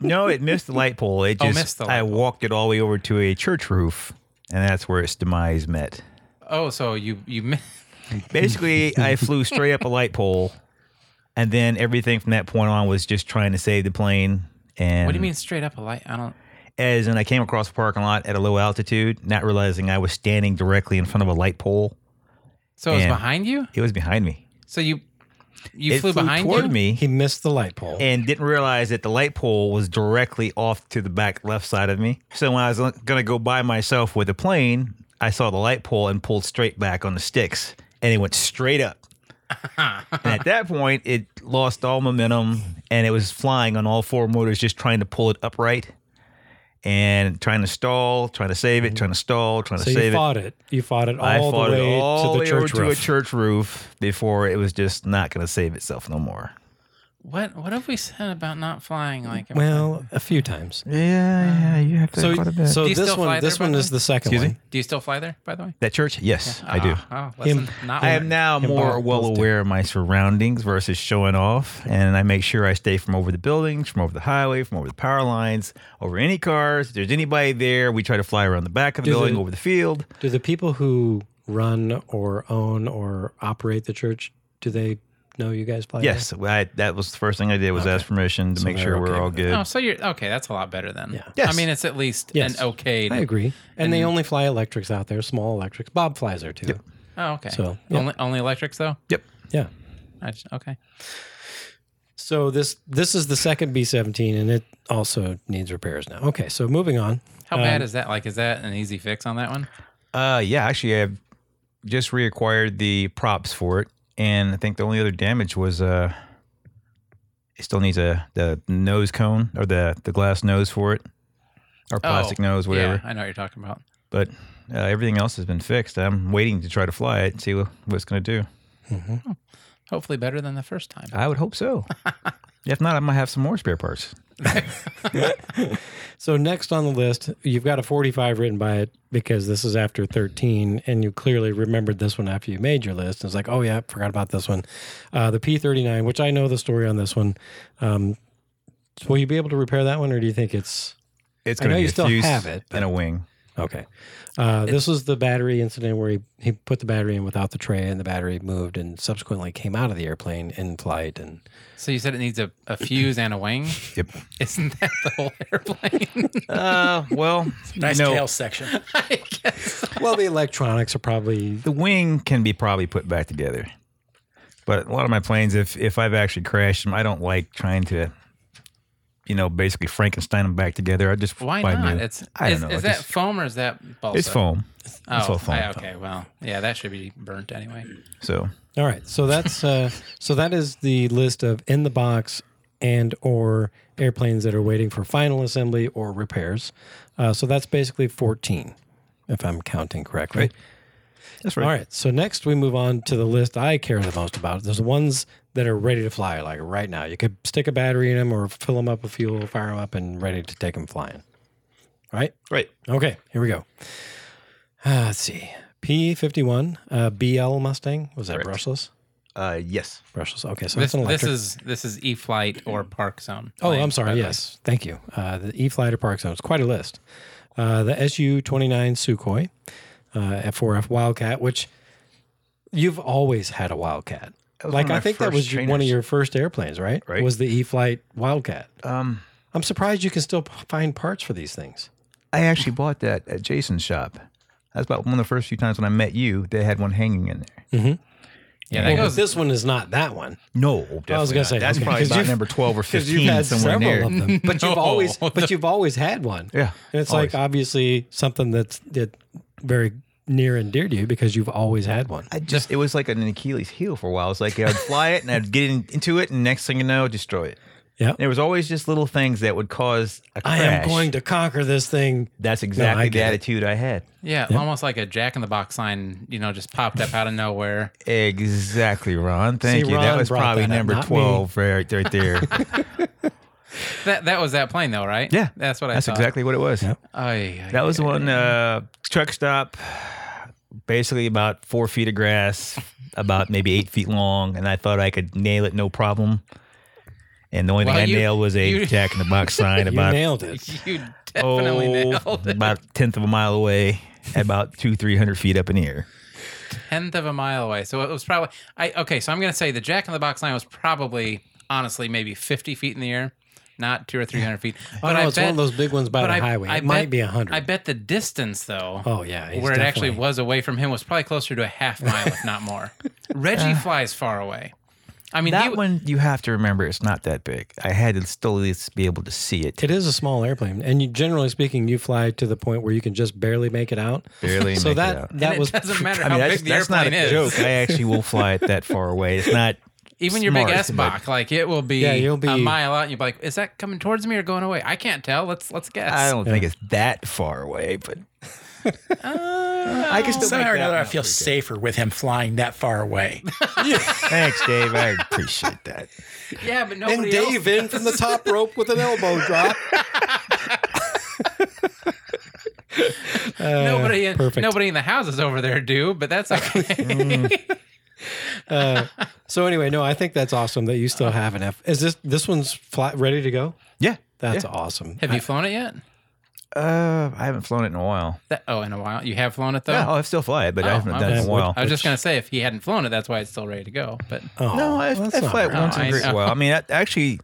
D: no, it missed the light pole. It
C: Oh,
D: just
C: missed the light
D: I
C: pole.
D: walked it all the way over to a church roof, and that's where its demise met.
C: Oh, so you you mi-
D: Basically, I flew straight up a light pole, and then everything from that point on was just trying to save the plane. And
C: what do you mean straight up a light? I don't.
D: As in, I came across a parking lot at a low altitude, not realizing I was standing directly in front of a light pole.
C: So it was
D: And-
C: behind you.
D: It was behind me.
C: So you you
D: it
C: flew, behind
D: toward
C: you?
D: me,
B: He missed the light pole.
D: and didn't realize that the light pole was directly off to the back left side of me. So when I was going to go by myself with the plane, I saw the light pole and pulled straight back on the sticks and it went straight up. and at that point, it lost all momentum and it was flying on all four motors, just trying to pull it upright and trying to stall, trying to save it, trying to stall, trying
B: Mm-hmm. so
D: to
B: you
D: save it.
B: fought it. You fought it
D: I
B: all
D: fought
B: the
D: it
B: way
D: all
B: to
D: the
B: the
D: way over
B: church
D: to a
B: roof.
D: church roof before it was just not going to save itself no more.
C: What what have we said about not flying? Like
B: Well, a few times.
D: Yeah, yeah, you have to
B: So, so
C: Do you
B: this
C: still fly
B: one,
C: there,
B: this
C: by
B: one
C: the
B: is
C: way?
B: the second
D: Excuse
B: one.
D: me?
C: do you still fly there? By the way,
D: That church? Yes, I do.
C: Oh, oh,
B: Him-
C: listen, not
D: I am now
B: Him
D: more
B: bought
D: well
B: those
D: aware of my surroundings versus showing off, and I make sure I stay from over the buildings, from over the highway, from over the power lines, over any cars. If there's anybody there, we try to fly around the back of the
B: Do
D: building,
B: the-
D: over the field.
B: Do the people who run or own or operate the church do they know you guys play?
D: Yes, I, that was the first thing I did was ask permission to make
B: they're
D: sure we're
B: okay
D: all
B: with it.
D: good.
C: Oh, so you're okay. That's a lot better then.
B: Yeah.
D: Yes.
C: I mean, it's at least
B: Yes.
C: an okay.
B: I agree. And, they only fly electrics out there, small electrics. Bob flies there too.
C: Oh, okay.
B: So, yeah.
C: only only electrics though.
D: Yep.
B: Yeah.
C: I just, okay.
B: So this this is the second B seventeen, and it also needs repairs now. Okay, so moving on.
C: How
B: Um,
C: bad is that? Like, is that an easy fix on that one?
D: Uh, yeah, actually, I've just reacquired the props for it, and I think the only other damage was uh, it still needs a the nose cone or the the glass nose for it, or plastic nose, whatever.
C: Yeah, I know what you're talking about.
D: But uh, everything else has been fixed. I'm waiting to try to fly it and see what it's going to do.
C: Hopefully, better than the first time.
D: I would hope so. if not, I might have some more spare parts.
B: So next on the list, you've got a forty five written by it because this is after thirteen, and you clearly remembered this one after you made your list. It's like, oh yeah, forgot about this one. Uh, the P thirty nine, which I know the story on this one. Um, will you be able to repair that one, or do you think it's
D: It's
B: I know
D: going to be
B: you
D: a
B: still
D: fuse
B: have it, but-
D: and a wing.
B: Okay. Uh, this was the battery incident where he, he put the battery in without the tray and the battery moved and subsequently came out of the airplane in flight. And
C: So you said it needs a, a fuse and a wing.
D: Yep.
C: Isn't that the whole airplane?
D: Uh, well,
A: Nice
D: you know,
A: tail section.
C: I guess.
B: well, the electronics are probably
D: the wing can be probably put back together. But a lot of my planes, if if I've actually crashed them, I don't like trying to, you know, basically Frankenstein them back together. I just
C: Why
D: buy
C: not?
D: new.
C: It's
D: I don't
C: is,
D: know.
C: is
D: It's
C: that
D: just-
C: foam or is that balsa?
D: it's foam.
C: Oh,
D: all foam.
C: I- okay. Well, yeah, that should be burnt anyway.
D: So
B: all right. So that's uh, so that is the list of in the box and or airplanes that are waiting for final assembly or repairs. Uh, so that's basically 14, if I'm counting correctly.
D: Right. that's right.
B: All right. So next we move on to the list I care the most about. There's ones that are ready to fly, like right now. You could stick a battery in them or fill them up with fuel, fire them up, and ready to take them flying. Right?
D: Right.
B: Okay. Here we go. Uh, let's see. P51, uh, BL Mustang. Was that
D: Correct.
B: brushless?
D: Uh, yes.
B: Brushless. Okay. So
C: This,
B: that's an
C: this
B: electric.
C: is this is E flight or park zone.
B: Oh,
C: plane,
B: I'm
C: by
B: sorry.
C: the way.
B: Yes. Thank you. Uh, the E Flight or Park Zone. It's quite a list. Uh, the SU 29 Sukhoi, uh, F4F Wildcat, which you've always had a Wildcat.
D: That was
B: Like,
D: one of
B: I
D: my
B: think that
D: first
B: was one of
D: trainers.
B: your first airplanes, right?
D: Right.
B: Was the E Flight Wildcat.
D: Um,
B: I'm surprised you can still p- find parts for these things.
D: I actually bought that at Jason's shop. That's about one of the first few times when I met you. They had one hanging in there.
B: Mhm.
C: Yeah, that
B: Well, but
C: goes.
B: this one is not that one.
D: No, definitely
B: I was gonna
D: not.
B: say,
D: that's
B: okay,
D: probably
B: 'cause
D: about
B: you've-
D: number twelve or
B: Because
D: fifteen
B: you've had
D: somewhere in
B: several
D: there.
B: of them, but you've always
C: No.
B: but you've always had one.
D: Yeah,
B: and it's
D: always.
B: like obviously something that's that very near and dear to you because you've always had one.
D: I just it was like an Achilles heel for a while. It's like I'd fly it and I'd get in, into it, and next thing you know, destroy it.
B: Yeah,
D: There was always just little things that would cause a
B: I
D: crash.
B: am going to conquer this thing.
D: That's exactly the
B: get it.
D: attitude I had.
C: Yeah, almost like a Jack in the Box sign, you know, just popped up out of nowhere.
D: Exactly, Ron. Thank
B: See,
D: you. that
B: Ron
D: was
B: brought
D: probably
B: that up,
D: number
B: not me.
D: twelve right, right there.
C: That that was that plane though, right?
D: yeah,
C: that's what I.
D: That's
C: thought.
D: exactly what it was.
C: Ay, ay,
D: That was the one uh, truck stop, basically about four feet of grass, about maybe eight feet long, and I thought I could nail it no problem. And the only
C: Well,
D: thing I
C: you-
D: nailed was a
C: you-
D: Jack in the Box sign
B: You
D: about
B: nailed it.
C: You
B: Oh,
C: definitely nailed it.
D: Oh, about a tenth of a mile away, about two three hundred feet up in the air.
C: tenth of a mile away. So it was probably I okay, so I'm gonna say the Jack in the Box line was probably honestly maybe fifty feet in the air, not two or three hundred feet.
B: Oh no, it's one of those big ones by
C: but
B: the
C: I-
B: highway.
C: I
B: it might
C: bet-
B: be a
C: I
B: hundred.
C: bet the distance though
B: Oh yeah, he's
C: where it actually
B: definitely-
C: was away from him was probably closer to a half mile, if not more.
B: Uh.
C: Reggie flies far away. I mean he,
D: That one you have to remember it's not that big. I had to still at least be able to see it.
B: It is a small airplane, and you, generally speaking, you fly to the point where you can just barely make it out.
D: Barely
B: so
D: make it
B: that
D: out.
B: that
C: and
B: was
C: it doesn't matter
D: I
C: how
D: mean,
C: big
D: that's,
C: the
D: that's not
C: airplane
D: a
C: is.
D: joke. I actually will fly it that far away. It's not
C: Even your big
D: smart,
C: S
D: but-
C: box, like it will be,
B: Yeah, you'll
C: a
B: be-
C: mile out, and you'll be like, "Is that coming towards me or going away?" I can't tell. Let's let's guess.
D: I don't think it's that far away, but
C: Uh,
D: I can still
A: Somehow or another, I feel safer with him flying that far away.
D: Thanks, Dave. I appreciate that.
C: yeah, but nobody
B: and
C: else
B: Dave in from the top rope with an elbow drop.
C: Nobody in
B: perfect.
C: nobody in the houses over there do, but that's okay.
B: So anyway, no, I think that's awesome that you
C: Uh,
B: still have an F. Is this this one's flat ready to go?
D: Yeah,
B: That's awesome.
C: have you flown it yet?
D: Uh, I haven't flown it in a while.
C: That, oh, in a while. You have flown it though.
D: Yeah, oh, I still fly it, but I
C: Oh,
D: haven't done it in
B: okay.
D: a while.
C: I was just gonna say if he hadn't flown it, that's why it's still ready to go. But
B: Oh,
D: No, I,
B: well, that's
D: I
B: not
D: fly it
B: right.
D: once in
C: I
D: a great
C: know.
D: while. I mean, that, actually,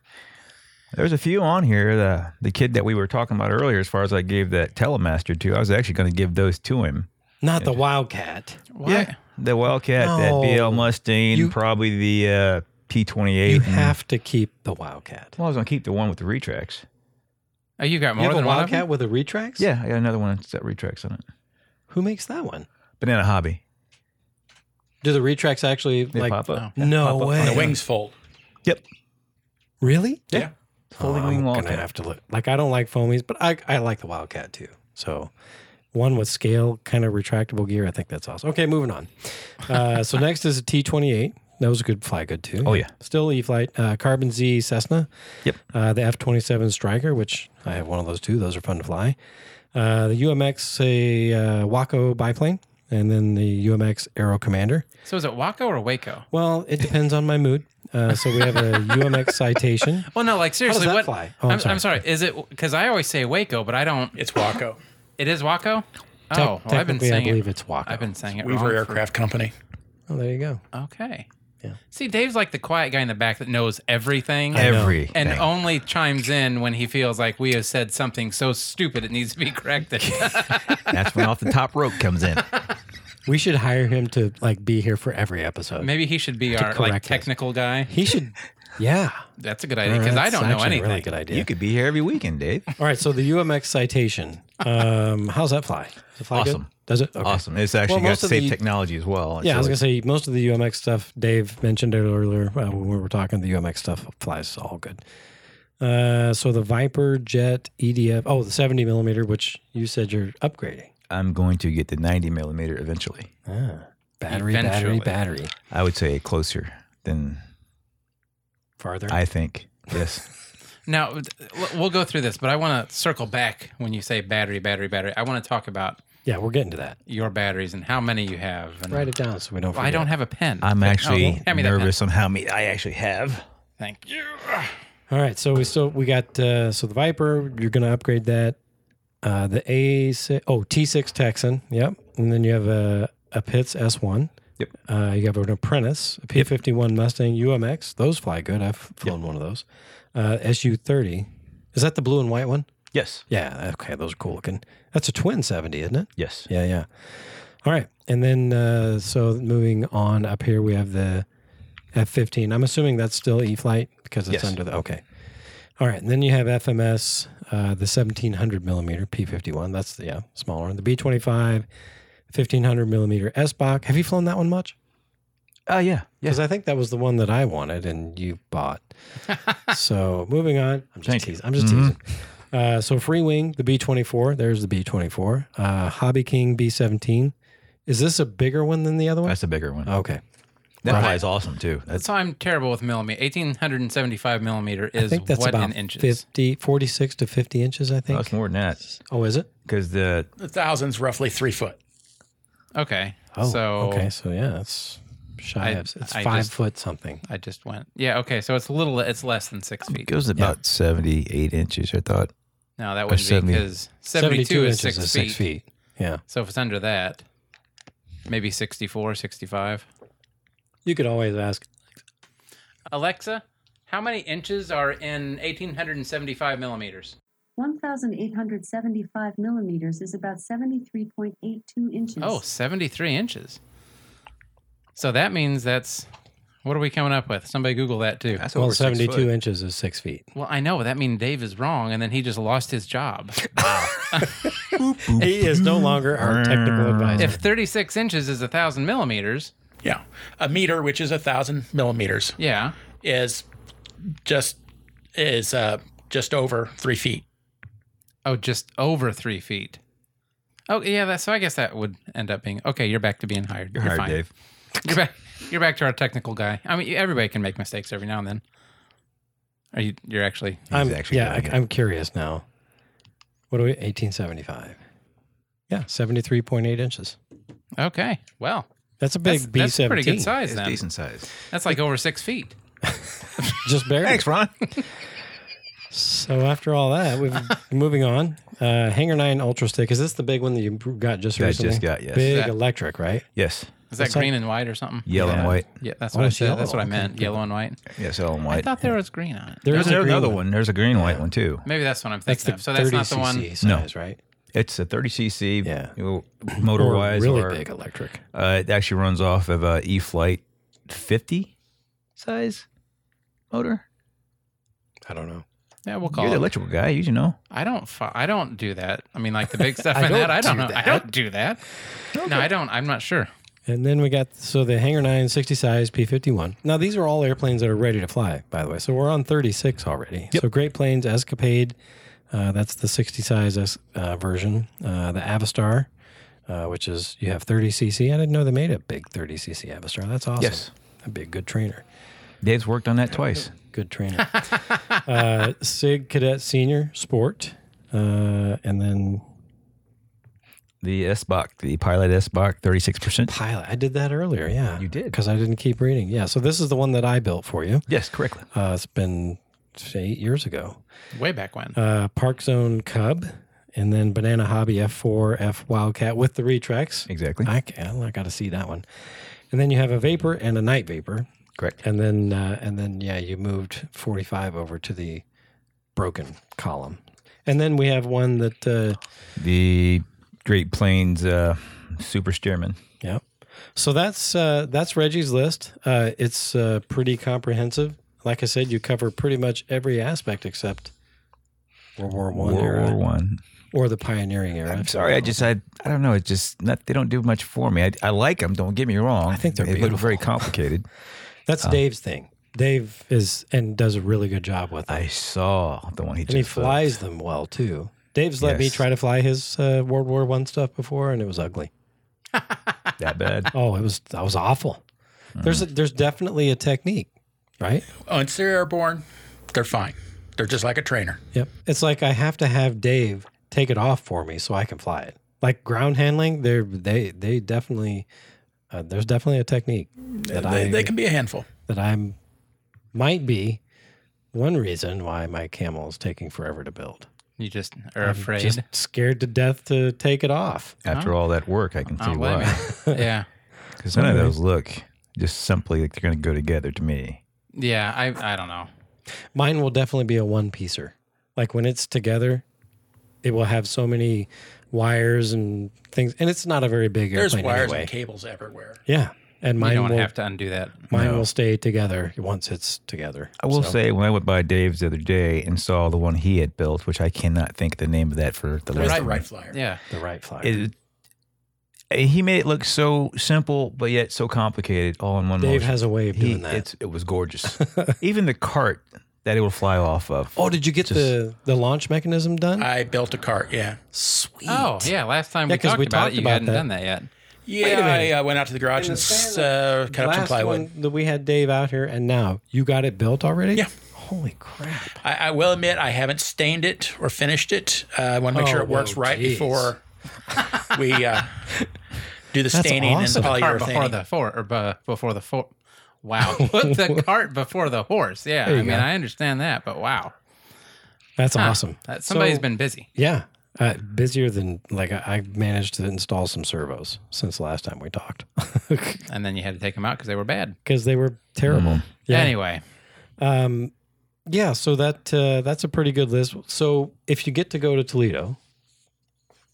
D: there's a few on here. The the kid that we were talking about earlier, as far as I gave that telemaster to, I was actually going to give those to him.
B: Not the Wildcat.
C: why?
D: the Wildcat, that BL
B: No.
D: Mustang,
B: You-
D: probably the uh, P28.
B: You
D: and-
B: have to keep the Wildcat.
D: well, I was going to keep the one with the retracts.
C: Oh, you got
B: You
C: more
B: have a
C: than one of
B: Wildcat
C: them?
B: with a retrax?
D: Yeah, I got another one that's got retracts on it.
B: Who makes that one?
D: Banana Hobby.
B: Do the retrax actually
D: They
B: like?
D: pop up.
B: No
D: pop up on
B: way.
A: The wings fold.
D: Yep.
B: Really?
A: Yeah.
D: Folding
B: Oh,
D: wing
B: I'm
D: Wildcat.
B: gonna have to look. Like I don't like foamies, but I I like the Wildcat too. So one with scale, kind of retractable gear. I think that's awesome. Okay, moving on. Uh, so next is a T twenty eight. That was a good fly, good too.
D: Oh, yeah.
B: still E flight. Uh, Carbon Z Cessna.
D: Yep.
B: Uh, the F twenty seven Striker, which I have one of those too. Those are fun to fly. Uh, the UMX a uh, Waco biplane, and then the UMX Aero Commander.
C: So is it Waco or Waco?
B: Well, it depends on my mood. Uh, so we have a UMX Citation.
C: Well, no, like seriously,
B: that
C: what?
B: fly? Oh, I'm
C: I'm,
B: sorry.
C: I'm sorry. Is it because I always say Waco, but I don't.
A: It's Waco.
C: It is Waco. Oh,
B: Tec-
C: well, I've been
B: technically,
C: saying
B: I believe
C: it.
B: it's Waco.
C: I've been saying it.
A: Weaver
C: wrong
A: Aircraft Company.
B: Oh, there you go.
C: For, okay.
B: Yeah.
C: See, Dave's like the quiet guy in the back that knows everything.
B: know.
D: Every.
C: and only chimes in when he feels like we have said something so stupid it needs to be corrected.
D: That's when off the top rope comes in.
B: We should hire him to like be here for every episode.
C: Maybe he should be our like
B: correct us.
C: technical guy.
B: He should. Yeah,
C: That's a good idea because I
B: That's
C: don't know
B: actually a
C: anything.
B: Really good idea.
D: You could be here every weekend, Dave.
B: All right, so the UMX citation. Um, how's that fly? Does it fly good?
D: Awesome.
B: Does it? Okay.
D: Awesome. It's actually
B: Well,
D: got
B: most of
D: safe
B: the-
D: technology as well.
B: Yeah, I was
D: So
B: gonna say most of the UMX stuff Dave mentioned it earlier uh, when we were talking. The UMX stuff flies all good. Uh, so the Viper Jet EDF. Oh, the seventy millimeter, which you said you're upgrading.
D: I'm going to get the 90 millimeter eventually.
B: Ah, battery, battery,
C: Eventually.
B: battery.
D: I would say closer than
B: Farther.
D: I think. Yes.
C: Now th- w- we'll go through this, but I want to circle back when you say battery, battery, battery. I want to talk about
B: yeah, we're getting to that.
C: your batteries and how many you have. And
B: Write it down so we don't.
C: Well, I
B: forget.
C: don't have a pen.
D: I'm
C: Oh,
D: actually
C: hand me that pen.
D: nervous on how many I actually have.
C: Thank you.
B: All right, so we still we got uh, so the Viper. You're going to upgrade that. Uh, the A oh T6 Texan, yep, and then you have a a Pitts S1.
D: Yep.
B: Uh, you have an Apprentice a P51 Mustang UMX. Those fly good. I've flown one of those. Uh, SU30. Is that the blue and white one?
D: Yes.
B: Yeah. Okay, those are cool looking. That's a twin 70, isn't it?
D: Yes.
B: Yeah, yeah. All right. And then, uh, so moving on up here, we have the F 15. I'm assuming that's still E flight because it's
D: Yes.
B: under the. Okay. All right. And then you have FMS, uh, the 1700 millimeter P 51. That's the, yeah, smaller one. The B 25, 1500 millimeter SBOC. Have you flown that one much?
D: Oh yeah, yeah.
B: Because I think that was the one that I wanted and you bought. so moving on. I'm just
D: Thank you.
B: teasing. I'm just
D: Mhm.
C: Mm-hmm.
B: teasing. Uh, so Free Wing, the B24. There's the B24. Uh, Hobby King B17. Is this a bigger one than the other one?
D: That's a bigger one.
B: Okay.
D: that
B: right.
D: fly's awesome too. That's
C: So I'm terrible with millimeter. 1875 millimeter
B: I
C: is
B: think that's
C: what
B: about
C: in inches?
B: 50, 46 to 50 inches, I
D: oh,
B: think.
D: it's more than that
B: Oh, is it?
D: because the
A: The thousand's roughly three foot.
C: Okay.
B: Oh,
C: so
B: okay. So, yeah, it's shy
C: I-
B: of, it's
C: I
B: five
C: just-
B: foot something.
C: I just went. Yeah. Okay. So it's a little. It's less than six
D: it
C: feet.
D: goes about seventy-eight inches. I thought.
C: No, that wouldn't be
D: 70.
C: because 72, is,
B: inches
C: six,
B: is
C: feet.
B: six feet. Yeah.
C: So if it's under that, maybe 64, 65.
B: You could always ask.
C: Alexa, how many inches are in 1875 millimeters?
E: 1,875 millimeters is about 73.82 inches.
C: Oh, 73 inches. So that means that's. What are we coming up with? Somebody Google that too.
D: That's
B: Well,
D: over six
B: 72
D: foot.
B: inches is six feet.
C: Well, I know that means Dave is wrong, and then he just lost his job.
B: He is no longer our technical advisor.
C: if 36 inches is a thousand millimeters,
A: Yeah. A meter, which is a thousand millimeters,
C: yeah,
A: is just is uh, just over three feet.
C: Oh, just over three feet. Oh, yeah. That, so I guess that would end up being okay. You're back to being hired.
D: You're hired,
C: fine.
D: Dave.
C: You're back. You're back to our technical guy. I mean, everybody can make mistakes every now and then. Are you? You're actually.
B: I'm,
D: He's actually
B: yeah,
D: doing
B: I, I'm curious now. What do we? 1875. Yeah, 73.8 inches.
C: Okay. Well,
B: That's a big
C: that's,
B: B17.
C: that's a pretty good
D: It's
C: size then.
D: decent size.
C: That's like over six feet.
B: Just barely.
D: Thanks, Ron.
B: So after all that, we've moving on. Uh, Hanger Nine Ultra Stick. Is this the big one that you got just
D: That I just
B: recently?
D: got, yes.
B: Big
C: That-
B: electric, right?
C: Is
D: yes,
C: that
B: That's like-
C: green and white or something?
D: yellow
B: Yeah.
D: and white.
C: Yeah, that's
B: Oh,
C: what I
B: it's
C: said.
B: yellow.
C: That's what I
B: Okay.
C: meant. Yellow and white.
D: Yes, yellow and white.
C: I thought there was green on it.
B: There's
D: There's,
B: a green
D: another one. There's a green and white one too.
C: Maybe that's what I'm
B: That's
C: thinking
B: the
C: of. So that's
B: 30
C: not the one.
B: cc
D: No.
B: size, right?
D: It's a 30cc
B: Yeah.
D: you know,
B: Or
D: motor-wise.
B: really
D: or-
B: big electric.
D: Uh, it actually runs off of a E-Flight 50 size motor.
B: I don't know.
C: Yeah, we'll
D: You're
C: call
D: the
C: it.
D: electrical guy. You should know.
C: I don't. fu- I don't do that. I mean, like the big stuff
B: I
C: in that.
B: don't
C: I don't
B: do
C: know. I
B: that.
C: don't do that. No, I don't. I'm not sure.
B: And then we got so the Hanger 9 60 size P51. Now these are all airplanes that are ready to fly, by the way. So we're on 36 already. So Great Plains Escapade, uh, that's the 60 size es- uh, version. Uh, the Avastar, uh, which is you have 30 cc. I didn't know they made a big 30 cc Avastar. That's awesome.
D: Yes.
B: That'd be a good trainer.
D: Dave's worked on that twice.
B: Good trainer. uh, Sig Cadet Senior Sport, uh, and then
D: The S-Bock, the Pilot S-Bock, 36%.
B: Pilot. I did that earlier. Yeah,
D: You did.
B: because I didn't keep reading. Yeah. So this is the one that I built for you.
D: Yes, correctly.
B: Uh, it's been say, eight years ago.
C: Way back when.
B: Uh, Park Zone Cub, and then Banana Hobby F4 F Wildcat with the retracts.
D: Exactly.
B: I, can, I got to see that one. And then you have a vapor and a night vapor,
D: Correct.
B: and then uh, and then yeah, you moved 45 over to the broken column, and then we have one that uh,
D: The Great Plains uh, Super Steerman.
B: Yeah. So that's uh, that's Reggie's list. Uh, it's uh, pretty comprehensive. Like I said, you cover pretty much every aspect except World War One
D: World
B: era
D: War One.
B: or the pioneering era.
D: I'm sorry. I just I, I don't know. It's just not. They don't do much for me. I, I like them. Don't get me wrong.
B: I think they're
D: they look very
B: beautiful.
D: complicated.
B: that's
D: Uh.
B: Dave's thing. Dave is and does a really good job with it,
D: I saw the one he
B: and he
D: just uh, flew.
B: flies them well too. Dave's let me
D: Yes.
B: try to fly his uh, World War One stuff before, and it was ugly.
D: that bad.
B: Oh, it was that was awful. There's a,
D: Mm.
B: there's definitely a technique, right?
A: Once they're airborne, they're fine. They're just like a trainer.
B: Yep. It's like I have to have Dave take it off for me so I can fly it. Like ground handling, they they they definitely uh, there's definitely a technique that
A: They,
B: I
A: they can be a handful.
B: that I'm might be one reason why my camel is taking forever to build.
C: you just are afraid.
B: Just scared to death to take it off.
D: After all that work, I can
C: I
D: see
B: Oh,
C: don't blame
D: why.
C: you. yeah,
D: Because none of those look just simply like they're going to go together to me.
C: yeah. I I don't know.
B: Mine will definitely be a one piecer. Like when it's together, it will have so many wires and things. And it's not a very big
A: There's
B: airplane
A: wires
B: anyway.
A: and cables everywhere.
B: Yeah, and
C: You
B: mine
C: don't
B: will
C: have to undo that.
B: mine
D: No.
B: will stay together once it's together.
D: I will
B: So,
D: say, when I went by Dave's the other day and saw the one he had built, which I cannot think of the name of that for the
A: There's
D: life
A: the
D: of me.
A: right flyer.
C: Yeah.
B: the right flyer.
D: It, and he made it look so simple, but yet so complicated, all in one
B: Dave
D: motion.
B: has a way of
D: He-
B: doing that.
D: it's- it was gorgeous. Even the cart that it will fly off of.
B: Oh, did you get
D: Just-
B: the the launch mechanism done?
A: I built a cart. Yeah.
B: Sweet.
C: Oh, yeah. Last time
B: Yeah,
C: we
B: 'cause
C: talked
B: we
C: about
B: talked
C: it, you
B: about
C: hadn't
B: that.
C: done that yet.
A: Yeah. I
B: minute.
A: uh, went out to the garage
B: In
A: and
B: the span
A: uh, cut up some
B: Last
A: plywood.
B: one that we had Dave out here, and now you got it built already.
A: Yeah.
B: Holy crap!
A: I, I will admit I haven't stained it or finished it. Uh, I want to make sure
B: Oh,
A: it works
B: whoa,
A: right
B: geez.
A: before we uh, do the
B: That's
A: staining
B: awesome.
A: and the
C: Cart before
A: polyurethane.
C: the four or bu- before the four. Wow. Put the cart before the horse. Yeah. I
B: you
C: mean,
B: go.
C: I understand that, but wow.
B: That's
C: Huh.
B: awesome.
C: That, somebody's
B: So-
C: been busy.
B: Yeah, uh, busier than like I, I managed to install some servos since the last time we talked
C: And then you had to take them out because they were bad.
B: because they were terrible. Yeah.
C: Anyway,
B: Um, yeah, so that uh, that's a pretty good list. So if you get to go to Toledo,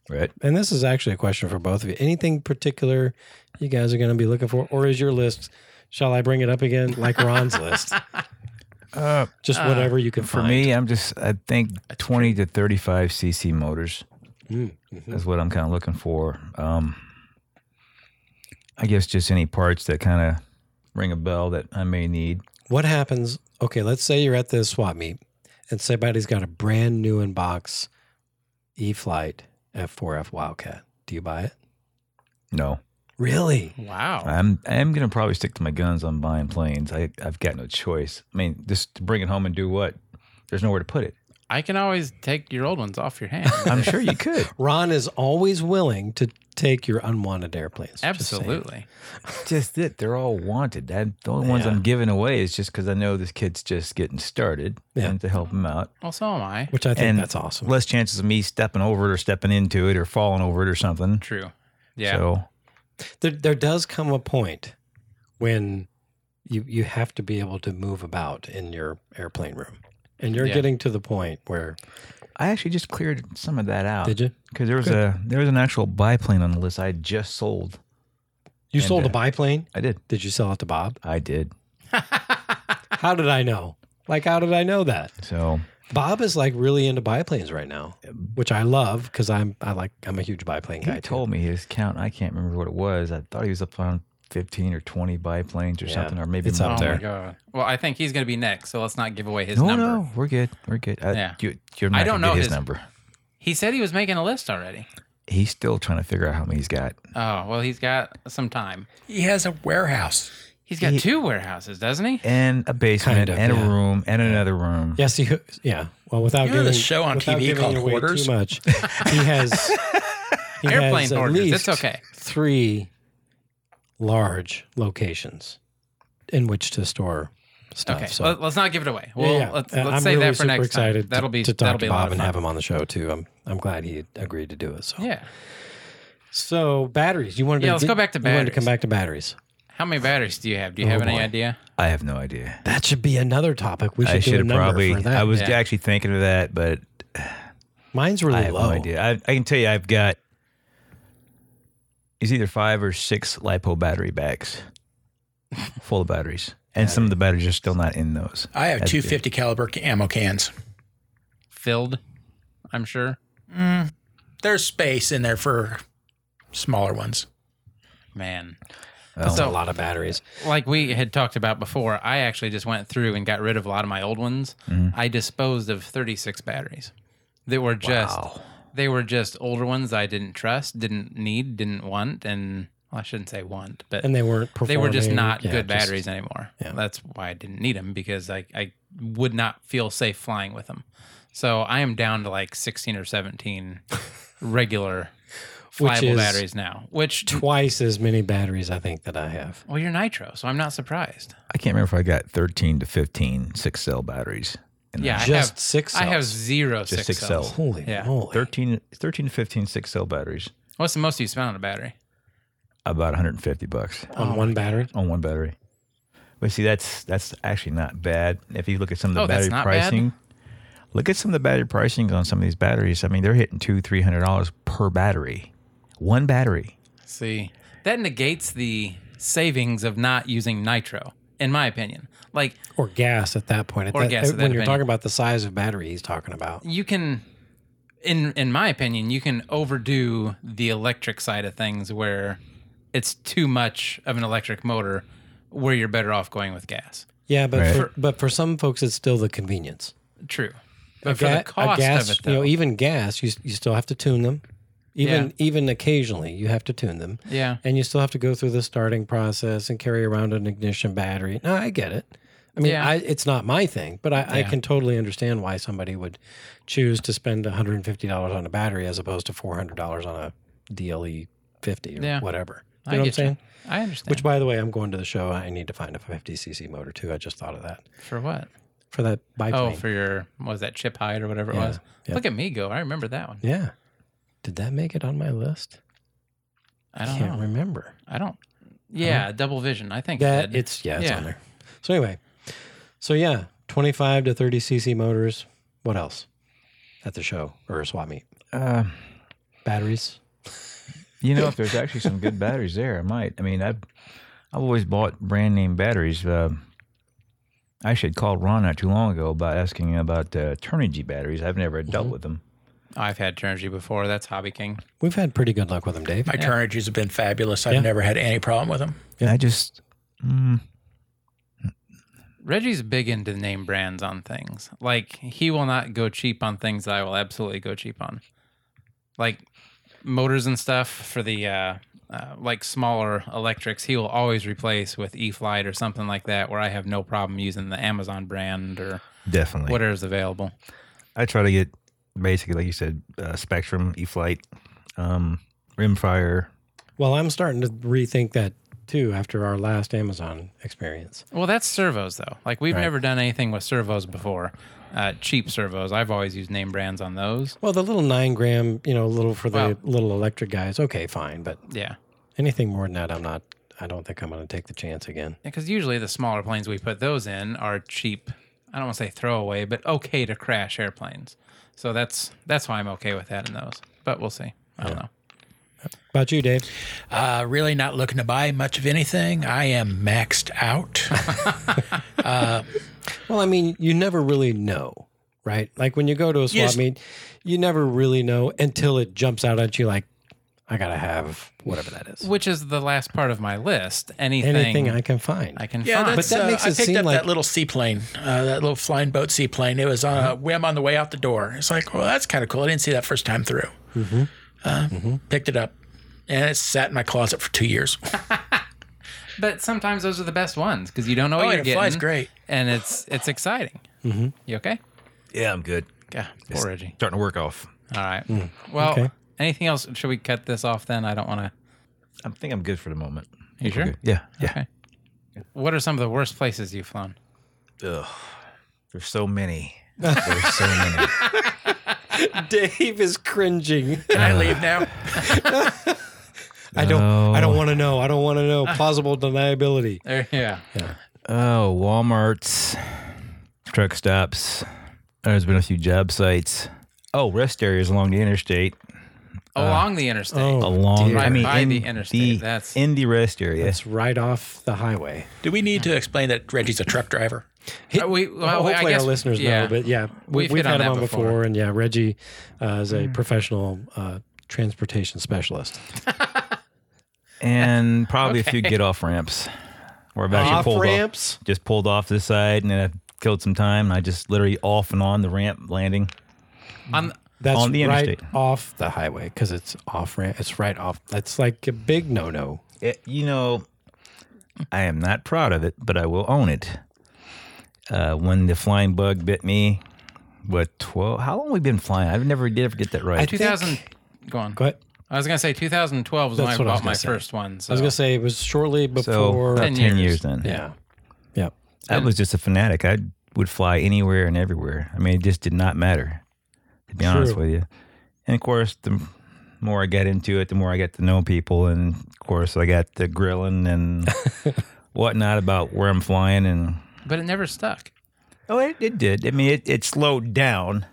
D: Right.
B: and this is actually a question for both of you, anything particular you guys are going to be looking for, or is your list? Shall I bring it up again, like Ron's list?
D: Uh,
B: Just whatever you can
D: for
B: find.
D: me, I'm just, I think 20 to 35 cc motors
B: Mm, mhm.
D: is what I'm kind of looking for. Um, I guess just any parts that kind of ring a bell that I may need.
B: What happens? Okay, let's say you're at the swap meet, and somebody's got a brand new in box E Flight F4F Wildcat. Do you buy it?
D: No,
B: Really?
C: wow.
D: I'm I'm gonna probably stick to my guns on buying planes. I I've got no choice. I mean, just to bring it home and do what? There's nowhere to put it.
C: I can always take your old ones off your hands.
D: I'm sure you could.
B: Ron is always willing to take your unwanted airplanes. Just saying.
C: Absolutely.
D: just it. They're all wanted. I, the only ones
B: Yeah.
D: I'm giving away is just because I know this kid's just getting started
B: Yeah.
D: and to help him out.
C: Well, so am I.
B: Which I think
D: And
B: that's awesome.
D: Less chances of me stepping over it or stepping into it or falling over it or something.
C: True. Yeah.
D: So
B: There, there does come a point when you you have to be able to move about in your airplane room, and you're
C: Yeah.
B: getting to the point where
D: I actually just cleared some of that out
B: did you
D: because there was
B: Good.
D: a there was an actual biplane on the list I had just sold.
B: you
D: And,
B: sold a
D: uh,
B: biplane?
D: I did.
B: Did you sell it to Bob?
D: I did.
B: How did I know? Like, how did I know that?
D: So
B: Bob is like really into biplanes right now, which I love because I'm I like I'm a huge biplane
D: He
B: guy. too.
D: told me his count. I can't remember what it was. I thought he was up on 15 or 20 biplanes or
B: Yeah,
D: something, or maybe
B: it's
D: more.
B: up
C: oh
B: there.
C: my god. Well, I think he's going to be next, so let's not give away his
D: No,
C: number.
D: no, we're good. We're good. I,
C: Yeah.
D: you, you're
C: I
D: not
C: don't
D: gonna get
C: know
D: his,
C: his-
D: number.
C: He said he was making a list already.
D: He's still trying to figure out how many he's got.
C: Oh, well, he's got some time.
A: He has a warehouse.
C: He's got
D: He-
C: two warehouses, doesn't he?
D: And a basement,
B: Kind of,
D: and
B: yeah.
D: a room, and another room.
B: Yes, he, yeah. Well, without
A: You know
B: giving
A: the show on
B: without
A: TV
B: giving
A: called
B: away
A: Hoarders?
B: too much, he has he
C: Airplane
B: has at
C: Hoarders, it's
B: least
C: okay.
B: Three large locations in which to store stuff.
C: Okay,
B: Oh, so.
C: let, us not give it away.
B: Yeah,
C: Well,
B: yeah.
C: let's,
B: Uh,
C: let's
B: I'm
C: save
B: really
C: that for
B: super
C: next
B: excited
C: time. That'll be
B: to talk
C: that'll
B: to
C: be a
B: Bob
C: lot of
B: and
C: fun.
B: have him on the show too. I'm I'm glad he agreed to do it. So
C: Yeah.
B: So batteries. You wanted
C: Yeah,
B: to
C: let's go back to
B: you wanted to
C: batteries.
B: come back to batteries.
C: How many batteries do you have? Do you
B: Oh,
C: have any
B: boy.
C: idea?
D: I have no idea.
B: That should be another topic. We should
D: I
B: do a
D: should have
B: number
D: probably.
B: for that.
D: I was
C: Yeah.
D: actually thinking of that, but
B: Mine's really
D: I have
B: low.
D: no idea. I, I can tell you, I've got it's either five or six lipo battery bags full of batteries, and some of the batteries are still not in those.
A: I have
D: That's
A: two
D: big.
A: fifty caliber ammo cans.
C: Filled, I'm sure.
A: There's space in there for smaller ones.
C: Man,
D: Well,
B: That's
C: So-
B: a lot of batteries.
C: like we had talked about before, I actually just went through and got rid of a lot of my old ones.
B: Mm-hmm.
C: I disposed of 36 batteries that were just
D: Wow.
C: they were just older ones I didn't trust, didn't need, didn't want, and well, I shouldn't say want, but
B: And they weren't
C: they were just
B: performing.
C: not
B: Yeah,
C: good
B: just-
C: batteries anymore.
B: yeah.
C: That's why I didn't need them because I, I would not feel safe flying with them. So I am down to like 16 or 17 regular
B: Which
C: flyable
B: is
C: batteries now, which,
B: Twice as many batteries, I think, that I have.
C: well, you're nitro, so I'm not surprised.
D: I can't remember if I got thirteen to 15 six cell batteries. in
C: Yeah,
D: there.
C: I
B: just
C: have,
B: six.
C: I have
B: cells.
C: zero
D: Just
C: six
D: six
C: cells.
D: cells.
B: Holy
C: Yeah.
B: moly!
D: 13, 13 to 15 six cell batteries,
C: What's the most you spent on a battery?
D: about 150 bucks
B: on one battery.
D: on one battery. But see, that's that's actually not bad. If you look at some of the
C: Oh, that's
D: battery
C: not bad?
D: pricing, Look at some of the battery pricings on some of these batteries. I mean, they're hitting two, three hundred dollars per battery, one battery.
C: See, that negates the savings of not using nitro, in my opinion. Like
B: or gas at that point. At
C: Or
B: that- uh,
C: gas at that
B: when you're
C: opinion.
B: talking about the size of battery he's talking about.
C: you can, in in my opinion, you can overdo the electric side of things where it's too much of an electric motor, where you're better off going with gas.
B: Yeah, but
D: Right.
B: for, but for some folks, it's still the convenience.
C: True,
B: A
C: but for
B: ga-
C: the
B: a
C: cost
B: gas,
C: of it, though,
B: you know, e-, even gas, you s- you still have to tune them. Even even occasionally, you have to tune them,
C: yeah,
B: and you still have to go through the starting process and carry around an ignition battery. No, I get it. I mean,
C: Yeah.
B: I, it's not my thing, but I, I
C: Yeah.
B: can totally understand why somebody would choose to spend one hundred and fifty dollars on a battery as opposed to four hundred dollars on a DLE fifty or
C: Yeah.
B: whatever. You
C: I
B: know what I'm
C: get you.
B: saying?
C: I understand.
B: Which, by the way, I'm going to the show. I need to find a 50cc motor too. I just thought of that
C: for what?
B: for that
C: Oh,
B: biplane.
C: for your what was that chip hide or whatever
B: Yeah,
C: it was.
B: yeah.
C: Look at me go! I remember that one.
B: yeah. Did that make it on my list?
C: I don't
B: can't
C: know.
B: remember.
C: I don't. Yeah, double vision. I think
B: That
C: it did.
B: it's yeah, it's
C: Yeah.
B: on there. So anyway, so yeah, 25 to 30cc motors. What else at the show or a swap meet?
D: Uh,
B: Batteries.
D: you know, if there's actually some good batteries there, I might. I mean, I've I've always bought brand name batteries. Uh, I actually had called Ron not too long ago about asking about uh, Turnigy batteries. I've never
C: Mm-hmm.
D: dealt with them.
C: I've had Turnigy before. That's Hobby King.
B: We've had pretty good luck with them, Dave.
A: My Turnigies have been fabulous. I've
B: Yeah.
A: never had any problem with them.
D: And I just, mm,
C: Reggie's big into name brands on things. Like he will not go cheap on things that I will absolutely go cheap on, like motors and stuff for the uh, uh, like smaller electrics. He will always replace with E Flight or something like that, where I have no problem using the Amazon brand or
D: definitely.
C: whatever's available.
D: I try to get basically, like you said, uh, Spectrum, E Flight, um, Rimfire.
B: Well, I'm starting to rethink that too after our last Amazon experience.
C: Well, that's servos though. Like we've
B: Right.
C: never done anything with servos before, uh, cheap servos. I've always used name brands on those.
B: Well, the little nine gram, you know, little for the
C: Well-
B: little electric guys. Okay, fine, but
C: Yeah.
B: Anything more than that, I'm not. I don't think I'm going to take the chance again.
C: Because usually the smaller planes we put those in are cheap. I don't want to say throwaway, but okay to crash airplanes. So that's that's why I'm okay with that in those. But we'll see. I don't know.
B: About you, Dave?
A: Uh, really not looking to buy much of anything. I am maxed out.
B: Well, I mean, you never really know, right? Like when you go to a swap
A: Yes.
B: meet, you never really know until it jumps out at you. Like, I gotta have whatever that is.
C: Which is the last part of my list. Anything,
B: Anything
C: I,
B: I can find.
C: can
A: Yeah,
C: find.
A: that's,
B: But that
A: uh,
B: makes
A: I
B: it
A: picked
B: seem
A: up
B: like-
A: that little seaplane, uh, that little flying boat seaplane. It was on
B: Uh-huh.
A: a whim on the way out the door. It's like, well, that's kind of cool. I didn't see that first time through. Uh,
B: Mm-hmm.
A: Picked it up, and it sat in my closet for two years.
C: but sometimes those are the best ones because you don't know what
A: Oh,
C: you're
A: and it
C: getting.
A: flies great.
C: and it's it's exciting. You okay?
D: Yeah, I'm good.
C: Yeah, poor Reggie.
D: Starting to work off.
C: All right. well,
B: okay.
C: anything else? Should we cut this off then? I don't want to.
D: I think I'm good for the moment.
C: You sure?
D: Good. Yeah, yeah.
C: Okay. What are some of the worst places you've flown?
D: Ugh. There's so many. There's so many.
B: Dave is cringing.
A: Can I leave now?
B: I don't. I don't
D: No. Ah.
B: want to know. I don't want to know. Plausible deniability.
C: There, yeah.
D: Oh, Walmart's, truck stops. There's been a few job sites. Oh, rest areas along the interstate.
C: Along the interstate.
B: Oh,
D: Along,
B: dear.
D: I mean,
C: By
D: in
C: the interstate,
D: the-
C: that's-
D: in the rest area.
B: It's right off the highway.
A: Do we need to explain that Reggie's a truck driver?
C: Uh, we-
B: Well,
C: well, we- I
B: hopefully
C: guess-
B: our listeners
C: yeah.
B: know, but yeah, we,
C: We've
B: we've,
C: hit on
B: had him on
C: that before.
B: before. and yeah, Reggie uh, is a professional uh, transportation specialist.
D: and probably a few get off ramps. Where I've actually pulled
B: ramps?
D: off, just pulled off to the side, and then I killed some time. And I just literally off and on the ramp landing.
C: On,
B: That's
D: On the
B: right
D: interstate.
B: off the highway because it's off ramp. It's right off. That's like a big no no.
D: It- you know, I am not proud of it, but I will own it. Uh, when the flying bug bit me, what twelve? How long we been flying? I've never did ever get that right.
B: I think-
C: 2000. Go on.
B: Go ahead.
C: I was going to say 2012 was when I
B: That's what I was
C: bought my
B: gonna say.
C: first one.
B: I
C: So.
B: was gonna say it was shortly
D: so
B: before.
D: about
C: Ten
D: ten,
C: years.
D: years. then.
B: yeah, yeah.
D: I was just a fanatic. I would fly anywhere and everywhere. I mean, it just did not matter, to be honest
B: True.
D: with you. And of course, the more I got into it, the more I got to know people. And of course, I got the grilling and whatnot about where I'm flying. And
C: But it never stuck.
D: Oh, it, it did. I mean, it, it slowed down.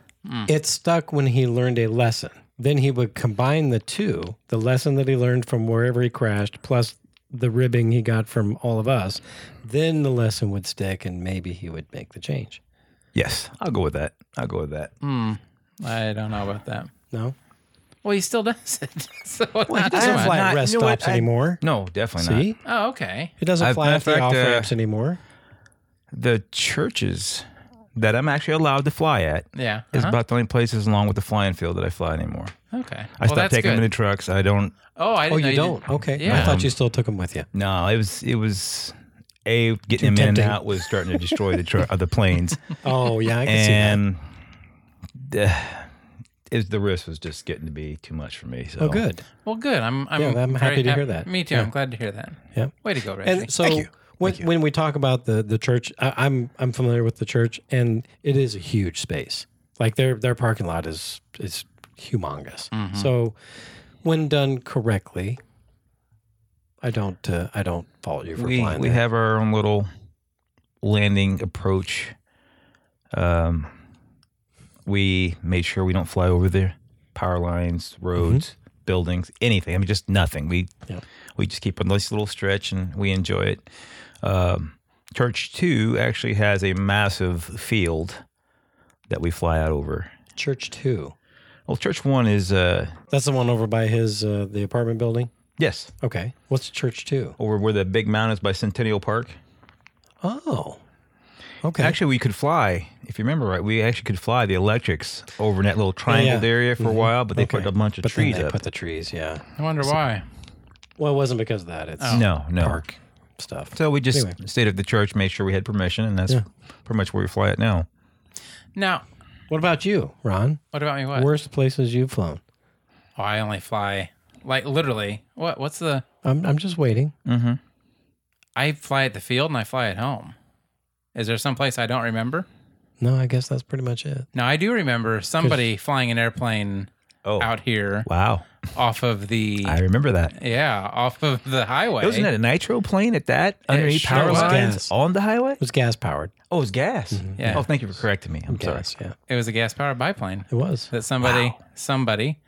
B: It stuck when he learned a lesson. Then he would combine the two the lesson that he learned from wherever he crashed, plus the ribbing he got from all of us. Then the lesson would stick and maybe he would make the change.
D: Yes, I'll go with that. I'll go with that.
B: Mm.
C: I don't know about that.
B: No?
C: Well, he still does it. so I'm
D: Well, he
C: not doing
D: doesn't
C: it.
B: Doesn't fly
D: not-
B: at rest
D: you know what,
B: stops
D: I-
B: anymore.
D: No, definitely
B: See?
D: not.
C: Oh, okay.
B: It doesn't
D: I've-
B: fly
D: matter
B: at
D: of
B: the
D: fact,
B: off
D: uh,
B: ramps anymore.
D: The churches that I'm actually allowed to fly at
C: Yeah.
D: is
C: uh-huh.
D: about the only places along with the flying field that I fly anymore.
C: okay.
D: I stopped taking them in the trucks. I don't.
C: Oh, I
B: Oh,
C: didn't know
B: you
C: did-
B: don't? Okay. I
C: Yeah.
D: Um,
B: thought you still took them with you.
D: No, it was it was a getting them in
B: tempting.
D: and out was starting to destroy the truck, uh, the planes,
B: Oh, yeah. I can see that.
D: and the- is the risk was just getting to be too much for me. So
B: Oh, good.
C: Well, good. I'm. I'm,
B: Yeah, I'm
C: very
B: happy to hear that.
C: Me too. I'm glad to hear that.
B: Yeah.
C: Way to go, Reggie.
B: And so when when we talk about the the church, I, I'm I'm familiar with the church, and it is a huge space. Like their their parking lot is is humongous.
D: Mm-hmm.
B: So when done correctly, I don't uh, I don't fault you for
D: we
B: flying
D: we
B: there.
D: have our own little landing approach. Um, we made sure we don't fly over the power lines, roads, buildings, anything. I mean, just nothing. We
B: Mm-hmm. Yeah.
D: we just keep a nice little stretch and we enjoy it. Um, Church Two actually has a massive field that we fly out over.
B: church two.
D: Well, Church One is uh,
B: That's the one over by his uh, the apartment building.
D: yes
B: Okay, what's church two?
D: over where the big mountain is by Centennial Park.
B: Oh, okay.
D: Actually, we could fly. If you remember right, we actually could fly the electrics over in that little triangled
B: Yeah. Mm-hmm.
D: area for a while, but they
B: Okay.
D: put a bunch of
B: but then
D: trees
B: they
D: up.
B: put the trees. Yeah.
C: I wonder why.
B: Well, it wasn't because of that. It's
D: no, no.
B: Oh. park stuff.
D: So we just
B: Anyway.
D: stayed at the church, made sure we had permission, and that's pretty much where we fly it now.
C: Now,
B: What about you, Ron?
C: what about me? What?
B: Worst places you've flown?
C: Oh, I only fly like literally. What? What's the?
B: I'm I'm just waiting.
C: Mm-hmm. I fly at the field and I fly at home. Is there some place I don't remember?
B: No, I guess that's pretty much it.
C: Now I do remember somebody flying an airplane
D: Oh,
C: out here
D: wow!
C: off of the
D: I remember that.
C: yeah off of the highway.
D: Wasn't it a nitro plane at that underneath
C: sure
D: power
C: was.
D: lines
B: Gas.
D: on the highway?
B: It was gas powered.
D: Oh, it was gas.
C: Yeah.
D: Oh, thank you for correcting me. I'm sorry.
B: Gas, yeah.
C: It was a gas powered biplane
B: It was.
C: that somebody somebody,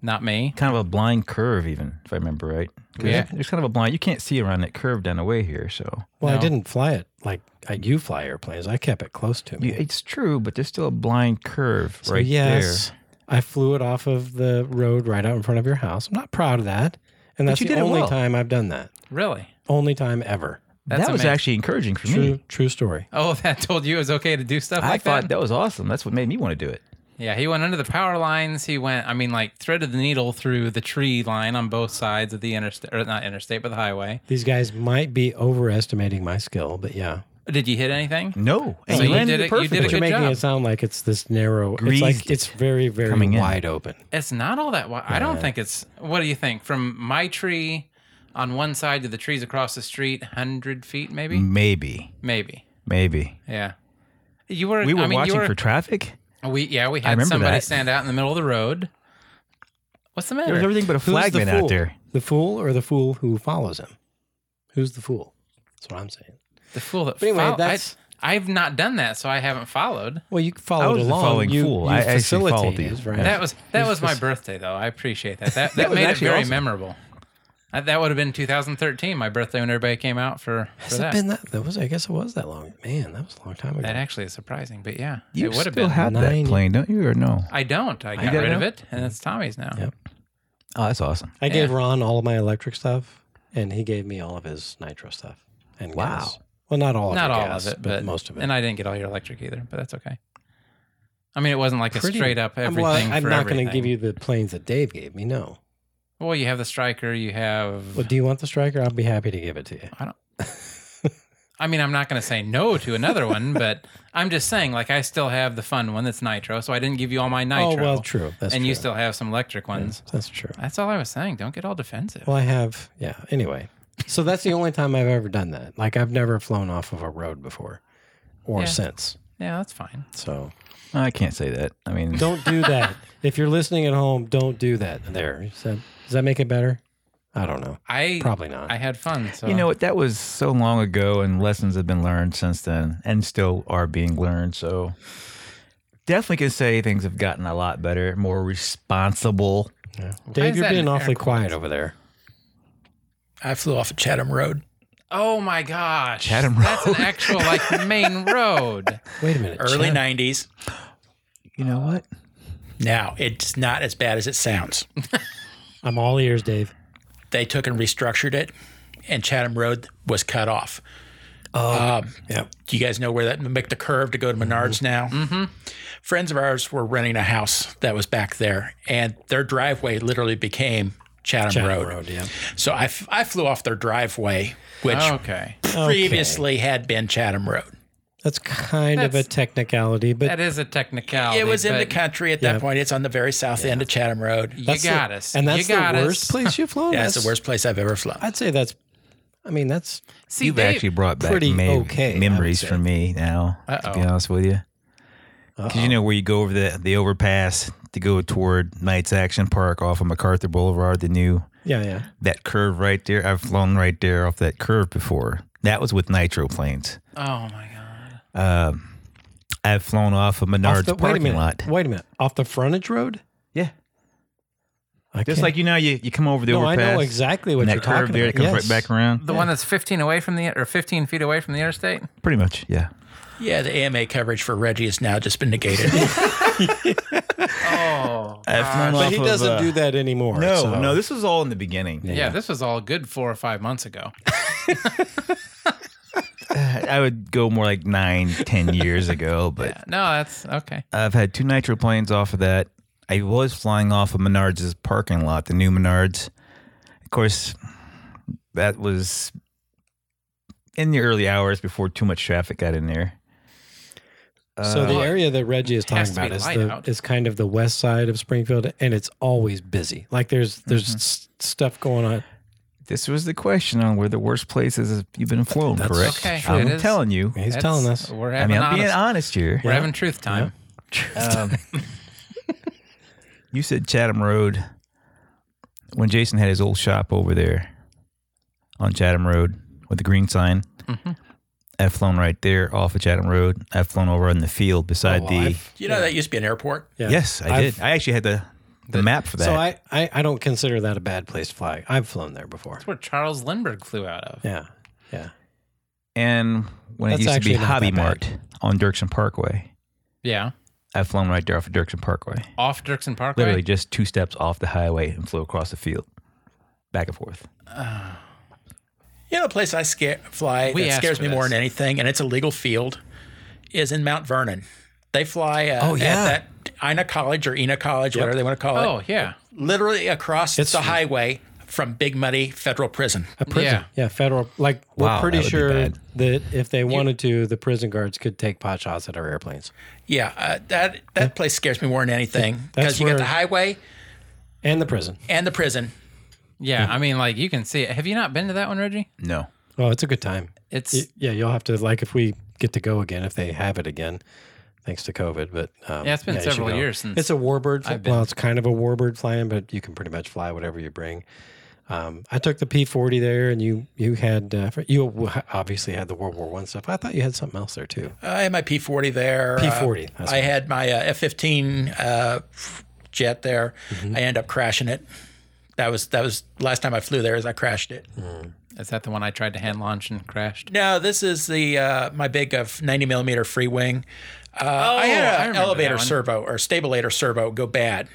C: not me.
D: Kind of a blind curve, even if I remember right. 'Cause
C: Yeah.
D: there's kind of a blind. You can't see around that curve down the way here, so
B: Well, I
C: No.
B: didn't fly it like I, you fly airplanes. I kept it close to me.
D: Yeah, it's true, but there's still a blind curve
B: So,
D: right
B: yes, I flew it off of the road right out in front of your house. I'm not proud of that. And that's
D: you
B: the
D: did it
B: only
D: well.
B: time I've done that.
C: Really?
B: Only time ever.
D: there.
C: That's
D: that was
C: amazing.
D: actually encouraging for
B: True
D: me.
B: true story.
C: Oh, that told you it was okay to do stuff
D: I
C: like
D: thought
C: that.
D: that was awesome. That's what made me want to do it.
C: Yeah, he went under the power lines. He went, I mean, like threaded the needle through the tree line on both sides of the interstate, or not interstate, but the highway.
B: These guys might be overestimating my skill, but yeah.
C: Did you hit anything?
D: No, and
C: So
D: you
C: you
D: landed
C: did
D: it
C: it- you
D: perfectly.
C: did
B: But
C: a
B: you're
C: good
B: making
C: job.
B: it sound like it's this narrow.
D: Greased
B: It's like it's very, very
D: coming in.
B: wide open.
C: It's not all that wide. I don't think it's. What do you think? From my tree on one side to the trees across the street, hundred feet, maybe,
D: Maybe,
C: maybe.
D: maybe
C: Yeah. You were.
D: we were
C: I mean,
D: watching
C: you were,
D: for traffic.
C: We yeah, we had
D: remember
C: somebody
D: that.
C: stand out in the middle of the road. What's the matter?
D: There was everything but a
B: Who's the
D: flagman out
B: fool?
D: there.
B: The fool or the fool who follows him? Who's the fool? That's what I'm saying.
C: the fool that.
B: But anyway,
C: follow-
B: that's-
C: I, I've not done that, so I haven't followed.
B: Well, you
D: I
B: followed
D: was the
B: along.
D: following
B: you,
D: fool.
B: you
D: I actually followed
B: facilitated,
D: you.
B: right?
D: Yeah.
C: That was that
B: It's
C: was my
B: just-
C: birthday though. I appreciate that. That that,
D: was
C: made it
D: actually
C: very
D: awesome.
C: memorable. Uh, That, that would have been 2013, my birthday when everybody came out for, for
B: Has it
C: that.
B: been that? That was. I guess it was that long. Man, that was a long time ago.
C: that actually is surprising, but yeah,
D: You
C: it would have
D: still
C: been.
D: have
B: Nine-
D: that plane, don't you? Or no?
C: I don't. I got
D: got it
C: rid of
D: now?
C: it, and it's Tommy's now.
B: Yep.
D: Oh, that's awesome.
B: I gave
C: yeah.
B: Ron all of my electric stuff, and he gave me all of his nitro stuff. And
D: Wow.
B: gas. Well, not all. Of
C: Not
B: your
C: all
B: gas,
C: of it, but,
B: most of it.
C: And I didn't get all your electric either, but that's okay. I mean, it wasn't like
B: Pretty-
C: a straight up everything.
B: Well, I'm
C: for
B: not
C: going
B: to give you the planes that Dave gave me. No.
C: Well, you have the striker. You have.
B: Well, do you want the striker? I'll be happy to give it to you.
C: I mean, I'm not going to say no to another one, but I'm just saying, like, I still have the fun one that's nitro, so I didn't give you all my nitro.
B: Oh well, true. That's
C: and
B: true.
C: you still have some electric ones.
B: That's true.
C: That's all I was saying. Don't get all defensive.
B: Well, I have. Yeah. Anyway, so that's the only time I've ever done that. Like I've never flown off of a road before or
C: Yeah.
B: since.
C: yeah, that's fine.
B: So
D: I can't say that. I mean,
B: don't do that. if you're listening at home, don't do that. There. Is that- does that make it better? I don't know.
C: I
B: Probably not.
C: I had fun. So
D: You know what? That was so long ago, and lessons have been learned since then, and still are being learned. So definitely can say things have gotten a lot better, more responsible.
B: Yeah.
C: is
B: Dave, you're
C: that
B: being
C: in
B: awfully
C: air
B: quiet over there.
A: I flew off of Chatham Road.
C: Oh my gosh,
D: Chatham
C: That's an
D: Road.
C: actual like main road.
B: Wait a minute.
A: Early
B: Chad-
A: 90s.
D: You know what?
A: Now, it's not as bad as it sounds.
B: I'm all ears, Dave.
A: They took and restructured it, and Chatham Road was cut off.
B: Yeah.
A: Do you guys know where that make the curve to go to Menards now? Mm-hmm. Friends of ours were renting a house that was back there, and their driveway literally became Chatham, Road.
B: yeah.
A: So I, f- I flew off their driveway, which
C: Okay,
A: previously had been Chatham Road.
B: That's kind of
C: That's-
B: a technicality, but
C: that is a technicality.
A: It was in the
C: but
A: country at that
B: Yeah.
A: point. It's on the very south end of Chatham Road. Oh,
C: You
B: that's
C: got
B: the,
C: us.
B: And that's
C: you got
B: the
C: us.
B: worst place you've flown.
A: Yeah, it's the worst place I've ever flown.
B: I'd say that's. I mean, that's
C: See,
D: You've
C: Dave,
D: actually brought back
B: pretty
D: ma-
B: okay, I
D: memories
B: would say.
D: for me now, to be
C: Uh-oh.
D: honest with you. Because you know where you go over the, the overpass to go toward Knights Action Park off of MacArthur Boulevard, the new,
B: yeah, yeah.
D: that curve right there. I've flown right there off that curve before. That was with nitro planes.
C: Oh my god.
D: Um, I've flown off of Menards
B: Off the- wait a
D: parking
B: minute.
D: lot.
B: Wait a minute. Off the frontage road.
D: Yeah.
B: I
D: Just
B: can't-
D: like you know, you, you come over the
B: no, I
D: overpass.
B: know exactly what
D: And
B: you're
D: that curve
B: talking
D: there, it
B: about.
D: comes
B: Yes.
D: right back around.
C: The one that's 15 away from the or 15 feet away from the interstate.
D: Pretty much, yeah.
A: Yeah, the AMA coverage for Reggie has now just been negated.
C: Oh,
D: I've flown
B: But
D: off
B: he
D: of,
B: doesn't
D: uh,
B: do that anymore.
D: No,
B: so-
D: no, this was all in the beginning.
C: yeah. This was all good four or five months ago.
D: I would go more like nine, ten years ago, but
C: No, that's okay.
D: I've had two nitro planes off of that. I was flying off of Menards' parking lot, the new Menards. Of course, that was in the early hours before too much traffic got in there.
B: So the
C: Uh,
B: area that Reggie is talking
C: has to be
B: about is
C: light
B: the,
C: out.
B: is kind of the west side of Springfield, and it's always busy. Like there's there's s- stuff going on.
D: This was the question on where the worst places you've been flown,
B: That's
D: correct?
C: okay.
D: I'm
C: It is-
D: telling you.
B: He's
C: That's-
B: telling us.
C: we're
D: I
C: having
D: mean, I'm being
C: honest-
D: honest here.
C: we're having truth time.
D: Um, you said Chatham Road when Jason had his old shop over there on Chatham Road with the green sign.
B: Mm-hmm.
D: I've flown right there off of Chatham Road. I've flown over in the field beside
B: Oh,
D: the.
B: I've-
A: you know, that used to be an airport.
B: Yeah.
D: Yes, I
B: I've-
D: did. I actually had the the map for that.
B: So I, I I don't consider that a bad place to fly. I've flown there before.
C: That's where Charles Lindbergh flew out of.
B: Yeah, yeah.
D: and when it
B: That's
D: used to
B: actually
D: be
B: not that
D: Hobby
B: bad.
D: Mart on Dirksen Parkway,
C: Yeah.
D: I've flown right there off of Dirksen Parkway.
C: Off Dirksen Parkway.
D: Literally just two steps off the highway and flew across the field, back and forth.
A: You know, a place I sca- fly
C: We
A: that
C: asked
A: scares
C: for
A: me more
C: this.
A: than anything, and it's a legal field, is in Mount Vernon. They fly uh,
D: Oh, yeah.
A: at that Ina College or Ina College, whatever they want to call
C: Oh
A: it,
C: yeah.
A: literally across
B: It's-
A: the highway from Big Muddy Federal Prison.
B: A prison.
C: Yeah.
B: Yeah, federal. Like we're
D: Wow,
B: pretty
D: that would be
B: sure
D: bad.
B: that if they wanted to, the prison guards could take pot shots at our airplanes.
A: Yeah, uh, that that place scares me more than anything because
B: That's
A: you got
B: where-
A: the highway
B: And the prison.
A: and the prison.
C: Yeah. I mean, like you can see it. Have you not been to that one, Reggie?
D: No.
B: Oh, it's a good time.
C: It's
B: Y- Yeah, you'll have to like if we get to go again, if they have it again, thanks to COVID. But um,
C: Yeah, it's been
B: you should
C: several
B: go.
C: years since
B: it's a warbird. Fl-
C: I've been.
B: well, it's kind of a warbird flying, but you can pretty much fly whatever you bring. Um, I took the P forty there, and you you had uh, for- you w- obviously had the World War One stuff. I thought you had something else there too.
A: I had my P forty there.
B: P
A: Uh,
B: forty.
A: I had my uh, F fifteen uh, f- jet there. I ended up crashing it. That was that was last time I flew there. Is I crashed it.
C: is that the one I tried to hand launch and crashed?
A: No, this is the uh, my big of ninety millimeter free wing. Uh, I
C: Oh, I
A: had an
C: remember
A: elevator
C: that one.
A: servo or stabilator servo go bad,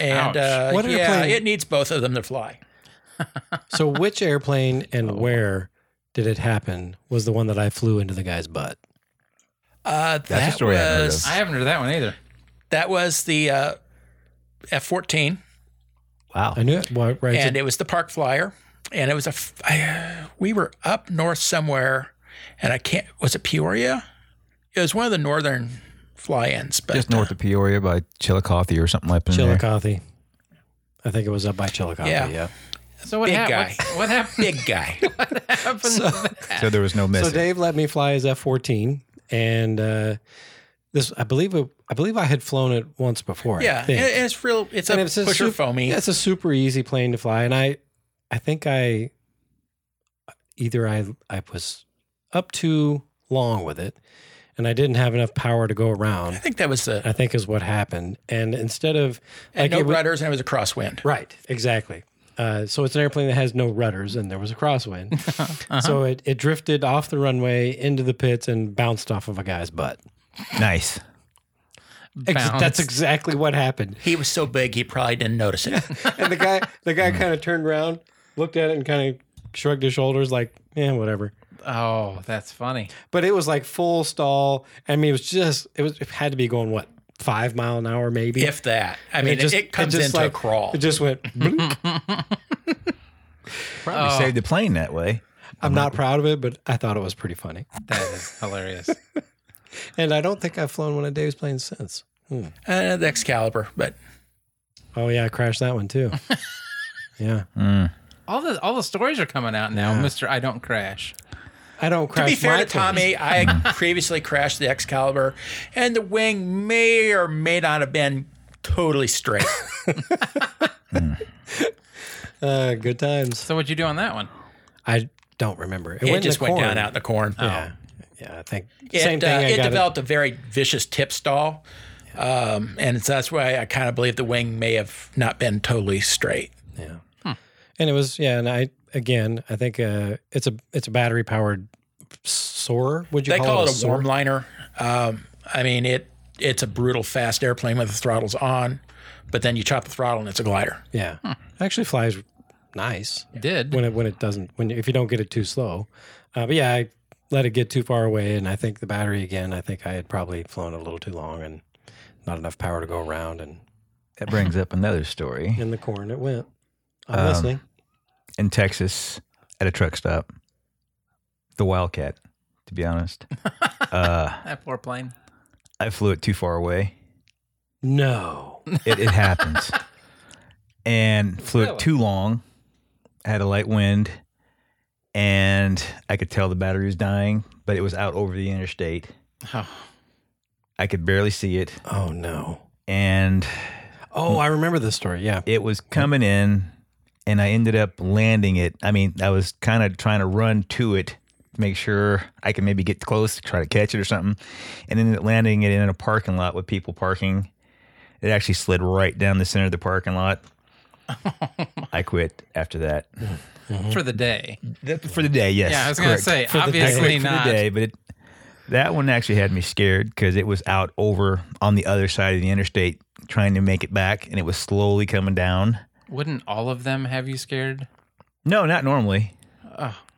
A: and
C: Ouch.
A: uh,
B: What
A: yeah,
B: airplane-
A: it needs both of them to fly.
B: so which airplane and
A: Oh.
B: where did it happen? Was the one that I flew into the guy's butt?
A: Uh,
D: a
A: that
D: story I've heard of.
A: was
C: I haven't heard that one either.
A: that was the uh, F fourteen.
D: Wow.
B: I knew it. Well, right.
A: and it was the park flyer and it was a f- I, we were up north somewhere and i can't was it peoria it was one of the northern fly-ins but
D: just north of Peoria by Chillicothe or something like that.
B: Chillicothe. I think it was up by Chillicothe.
A: Yeah.
B: yeah.
C: So what
A: Big
C: happened?
A: guy.
C: What, what happened?
A: big guy
C: happened
B: So-
C: to that?
D: So there was no missing.
B: So Dave let me fly his F fourteen, and uh, this I believe it, I believe I had flown it once before. I
A: yeah and
B: think.
A: it's real it's
B: And
A: a
B: it's
A: pusher
B: sup-
A: foamy
B: yeah, it's a super easy plane to fly, and I I think I either I I was up too long with it, and I didn't have enough power to go
A: I
B: around.
A: think that was the
B: I think is what happened. And instead of
A: and no
B: it wa-
A: rudders and it was a crosswind.
B: Right, exactly. Uh, so it's an airplane that has no rudders, and there was a crosswind.
A: Uh-huh.
B: So it, it drifted off the runway into the pits and bounced off of a guy's butt.
D: Nice.
B: Ex-
C: Bounced.
B: that's exactly what happened.
A: He was so big he probably didn't notice it.
B: And the guy the
A: Uh-huh.
B: guy kind of turned around, looked at it, and kind of shrugged his shoulders, like, yeah, whatever.
C: Oh, that's funny.
B: But it was like full stall. I mean, it was just it was it had to be going what five mile an hour maybe.
A: if that. I
B: And
A: mean, it, it comes
B: just
A: into a
B: like-
A: crawl.
B: It just went. blink.
D: Probably saved the plane that way.
B: I'm not proud of it, but I thought it was pretty funny.
C: That is hilarious.
B: And I don't think I've flown one of Dave's planes since.
A: uh, the Excalibur, but
B: Oh yeah, I crashed that one too. yeah,
C: all the all the stories are coming out now,
B: Yeah.
C: Mister. I don't crash.
B: I don't
A: to
B: crash.
A: be fair
B: my
A: to Tommy, I previously crashed the Excalibur, and the wing may or may not have been totally straight.
B: planes. Uh, good times.
C: So what'd you do on that one?
B: I don't remember. It,
A: it
B: went in
A: just
B: the
A: went
B: corn.
A: down out in the corn.
B: Yeah, yeah. I think
A: It,
B: same thing.
A: uh,
B: I
A: it
B: got
A: developed a very vicious tip stall, um, and so that's why I kind of believe the wing may have not been totally straight.
B: It, yeah. And it was yeah. And I again, I think uh, it's a it's a battery powered soar. Would you
A: They call it a
B: soar?
A: warm liner. Um, I mean, it it's a brutal fast airplane when the throttle's on, but then you chop the throttle and it's a glider.
B: Yeah, actually flies nice
C: Did
B: when it when it doesn't when if you don't get it too slow. Uh, but yeah, I let it get too far away, and I think the battery again. I think I had probably flown a little too long and not enough power to go around, and
D: That brings up another story.
B: in the corn it went. I'm
D: Um,
B: listening.
D: In Texas, at a truck stop, the Wildcat. To be honest, uh,
C: that poor plane?
D: I flew it too far away.
B: No.
D: It, it happens. And flew
C: Really?
D: it too long. Had a light wind, and I could tell the battery was dying. But it was out over the interstate.
C: Oh,
D: I could barely see it,
B: Oh no.
D: and
B: Oh, I remember this story. Yeah.
D: it was coming in and I ended up landing it. I mean, I was kind of trying to run to it to make sure I could maybe get close, try to catch it or something. And ended up landing it in a parking lot with people parking. It actually slid right down the center of the parking lot. I quit after that.
C: for the day.
D: That- for the day, yes.
C: Yeah, I was gonna
D: correct.
C: say,
D: For the day.
C: obviously
D: I quit
C: not.
D: For the day, but it, that one actually had me scared because it was out over on the other side of the interstate trying to make it back and it was slowly coming down.
C: Wouldn't all of them have you scared?
D: No, not normally.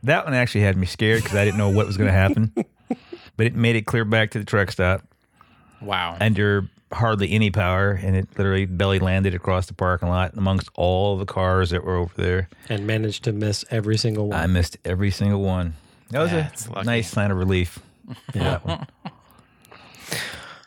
D: That one actually had me scared because I didn't know what was going to happen. but it made it clear back to the truck stop
C: Wow.
D: under hardly any power, and it literally belly landed across the parking lot amongst all the cars that were over there.
B: And managed to miss every single one.
D: I missed every single one. That was
C: That's
D: a
C: lucky.
D: nice sign of relief. for that one.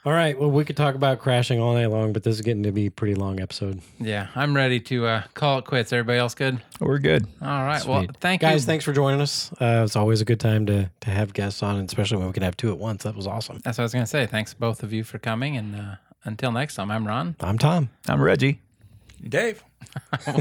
B: All right. Well, we could talk about crashing all night long, but this is getting to be a pretty long episode.
C: yeah, I'm ready to uh, call it quits. Everybody else good?
D: We're good.
C: All right. Well,
B: Sweet.
C: thank
B: guys.
C: you.
B: Thanks for joining us. Uh, it's always a good time to to have guests on, and especially when we can have two at once. That was awesome.
C: That's what I was gonna say. Thanks both of you for coming, and uh, until next time, I'm Ron.
B: I'm Tom.
D: I'm Reggie.
A: Dave.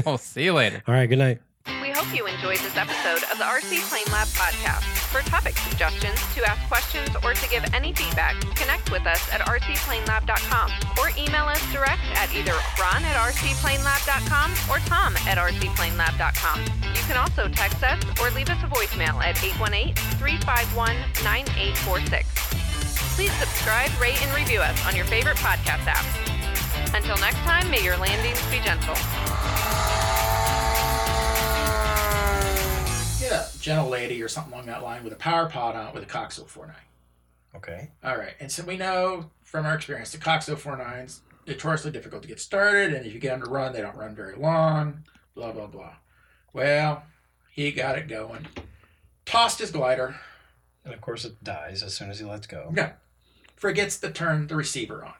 C: we'll see you later.
B: All right. Good night.
F: We hope you enjoyed this episode of the RC Plane Lab podcast. For topic suggestions, to ask questions, or to give any feedback, connect with us at rcplanelab.com or email us direct at either ron at rcplanelab.com or tom at rcplanelab.com. You can also text us or leave us a voicemail at 818-351-9846. Please subscribe, rate, and review us on your favorite podcast app. Until next time, may your landings be gentle.
A: Get a gentle lady or something along that line with a power pod on it with a Coxo 49.
B: Okay.
A: All right. And so we know from our experience, the Coxo 49s notoriously difficult to get started. And if you get them to run, they don't run very long, blah, blah, blah. Well, he got it going, tossed his glider,
B: And of course, it dies as soon as he lets go.
A: no, forgets to turn the receiver on.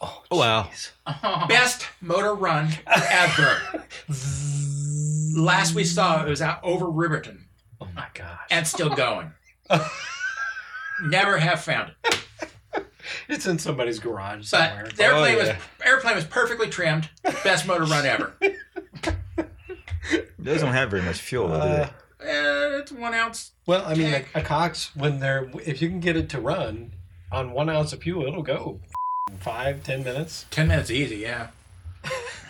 D: Oh, Wow.
A: Best motor run ever. Last we saw, it was out over Riverton.
B: Oh my gosh.
A: and still going. Never have found it.
B: It's in somebody's garage Oh,
A: But the airplane was airplane was perfectly trimmed. Best motor run ever.
D: Those don't have very much fuel, though,
B: Uh,
D: do they?
A: Uh,
C: Eh, it's one ounce.
B: Well, I mean, like a Cox, when they're if you can get it to run on one ounce of fuel, it'll go five ten minutes.
A: Ten minutes easy, yeah.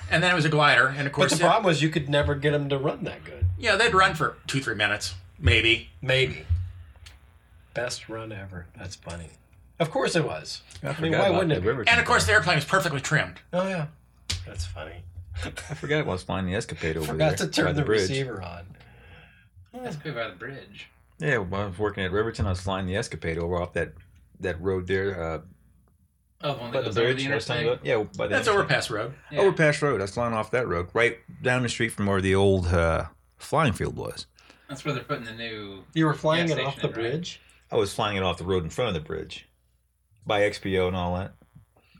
A: And then it was a glider, and of
B: But
A: course,
B: the problem was you could never get them to run that good.
A: yeah, they'd run for two, three minutes, maybe.
B: Maybe best run ever. That's funny. Of course it was. I, mean,
D: forgot
B: why
D: about
B: wouldn't
D: the
B: it?
D: river
B: Be?
A: And of course, the airplane was perfectly trimmed.
B: Oh yeah, that's funny.
D: I forgot while I was flying the Escapade over
B: Forgot
D: there.
B: to
D: by
B: turn the,
D: bridge.
B: receiver on.
C: That's good by the bridge.
D: Yeah, when I was working at Riverton, I was flying the Escapade over off that that road there uh,
C: Oh, the one
D: by
C: that
D: the
C: goes over
D: bridge.
C: the
D: I was
C: interstate.
D: talking about- yeah, by the
A: That's
D: interstate.
A: overpass road.
C: Yeah.
D: Overpass Road. I was flying off that road, right down the street from where the old uh, flying field was.
C: That's where they're putting the new.
B: You were flying
C: Gas
B: it off the
C: station, right?
B: bridge.
D: I was flying it off the road in front of the bridge by XPO and all that.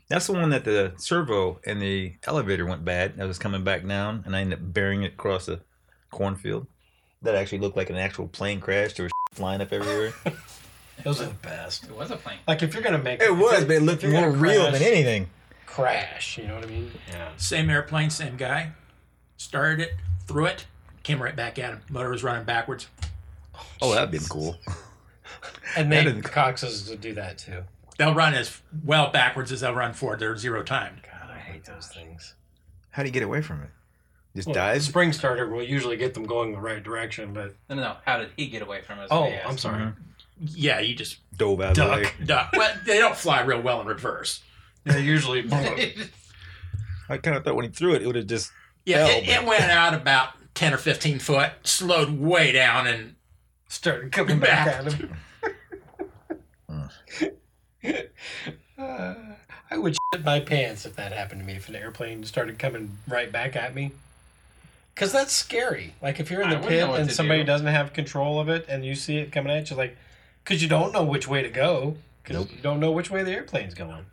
D: That's the one that the servo and the elevator went bad. I was coming back down and I ended up burying it across the cornfield. That actually looked like an actual plane crash. There was flying up everywhere.
B: Those are the best.
C: It was a plane.
B: Like if you're gonna make
D: it was, but it looked
B: You're gonna
D: more real
B: crash.
D: than anything.
B: crash, you know what I mean? Yeah.
A: Same airplane, same guy. Started it, threw it, came right back at him. Motor was running backwards.
D: Oh, that'd been cool.
B: And
D: That
B: they
D: is-
B: Coxes would do that too.
A: They'll run as well backwards as they'll run forward. They're zero timed.
B: God, I hate those things.
D: How do you get away from it? Just
B: Well,
D: dive?
B: Spring starter will usually get them going the right direction, but
C: No, no, no. How did he get away from us?
B: oh,
C: Yes.
B: I'm sorry.
D: Mm-hmm.
A: Yeah, you just
D: Dove out of the way.
A: duck, duck. Well, they don't fly real well in reverse.
B: They usually
D: I kind of thought when he threw it, it would have just.
A: Yeah,
D: Hell,
A: it, it went out about 10 or 15 foot, slowed way down, and
B: start coming back
A: Back.
B: at them. Uh, I would shit my pants if that happened to me. If an airplane started coming right back at me, because that's scary. Like if you're in
C: I
B: the
C: wouldn't
B: pit
C: know what
B: and
C: to
B: somebody
C: do.
B: doesn't have control of it, and you see it coming at you, like because you don't know which way to go, because you don't know which way the airplane's going.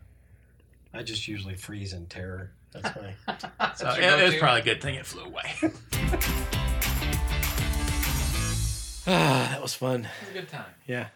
B: I just usually freeze in terror. That's my
A: so uh, it, it was probably a good thing it flew away.
B: ah, that was fun.
C: It Ah, was a good time.
B: Yeah,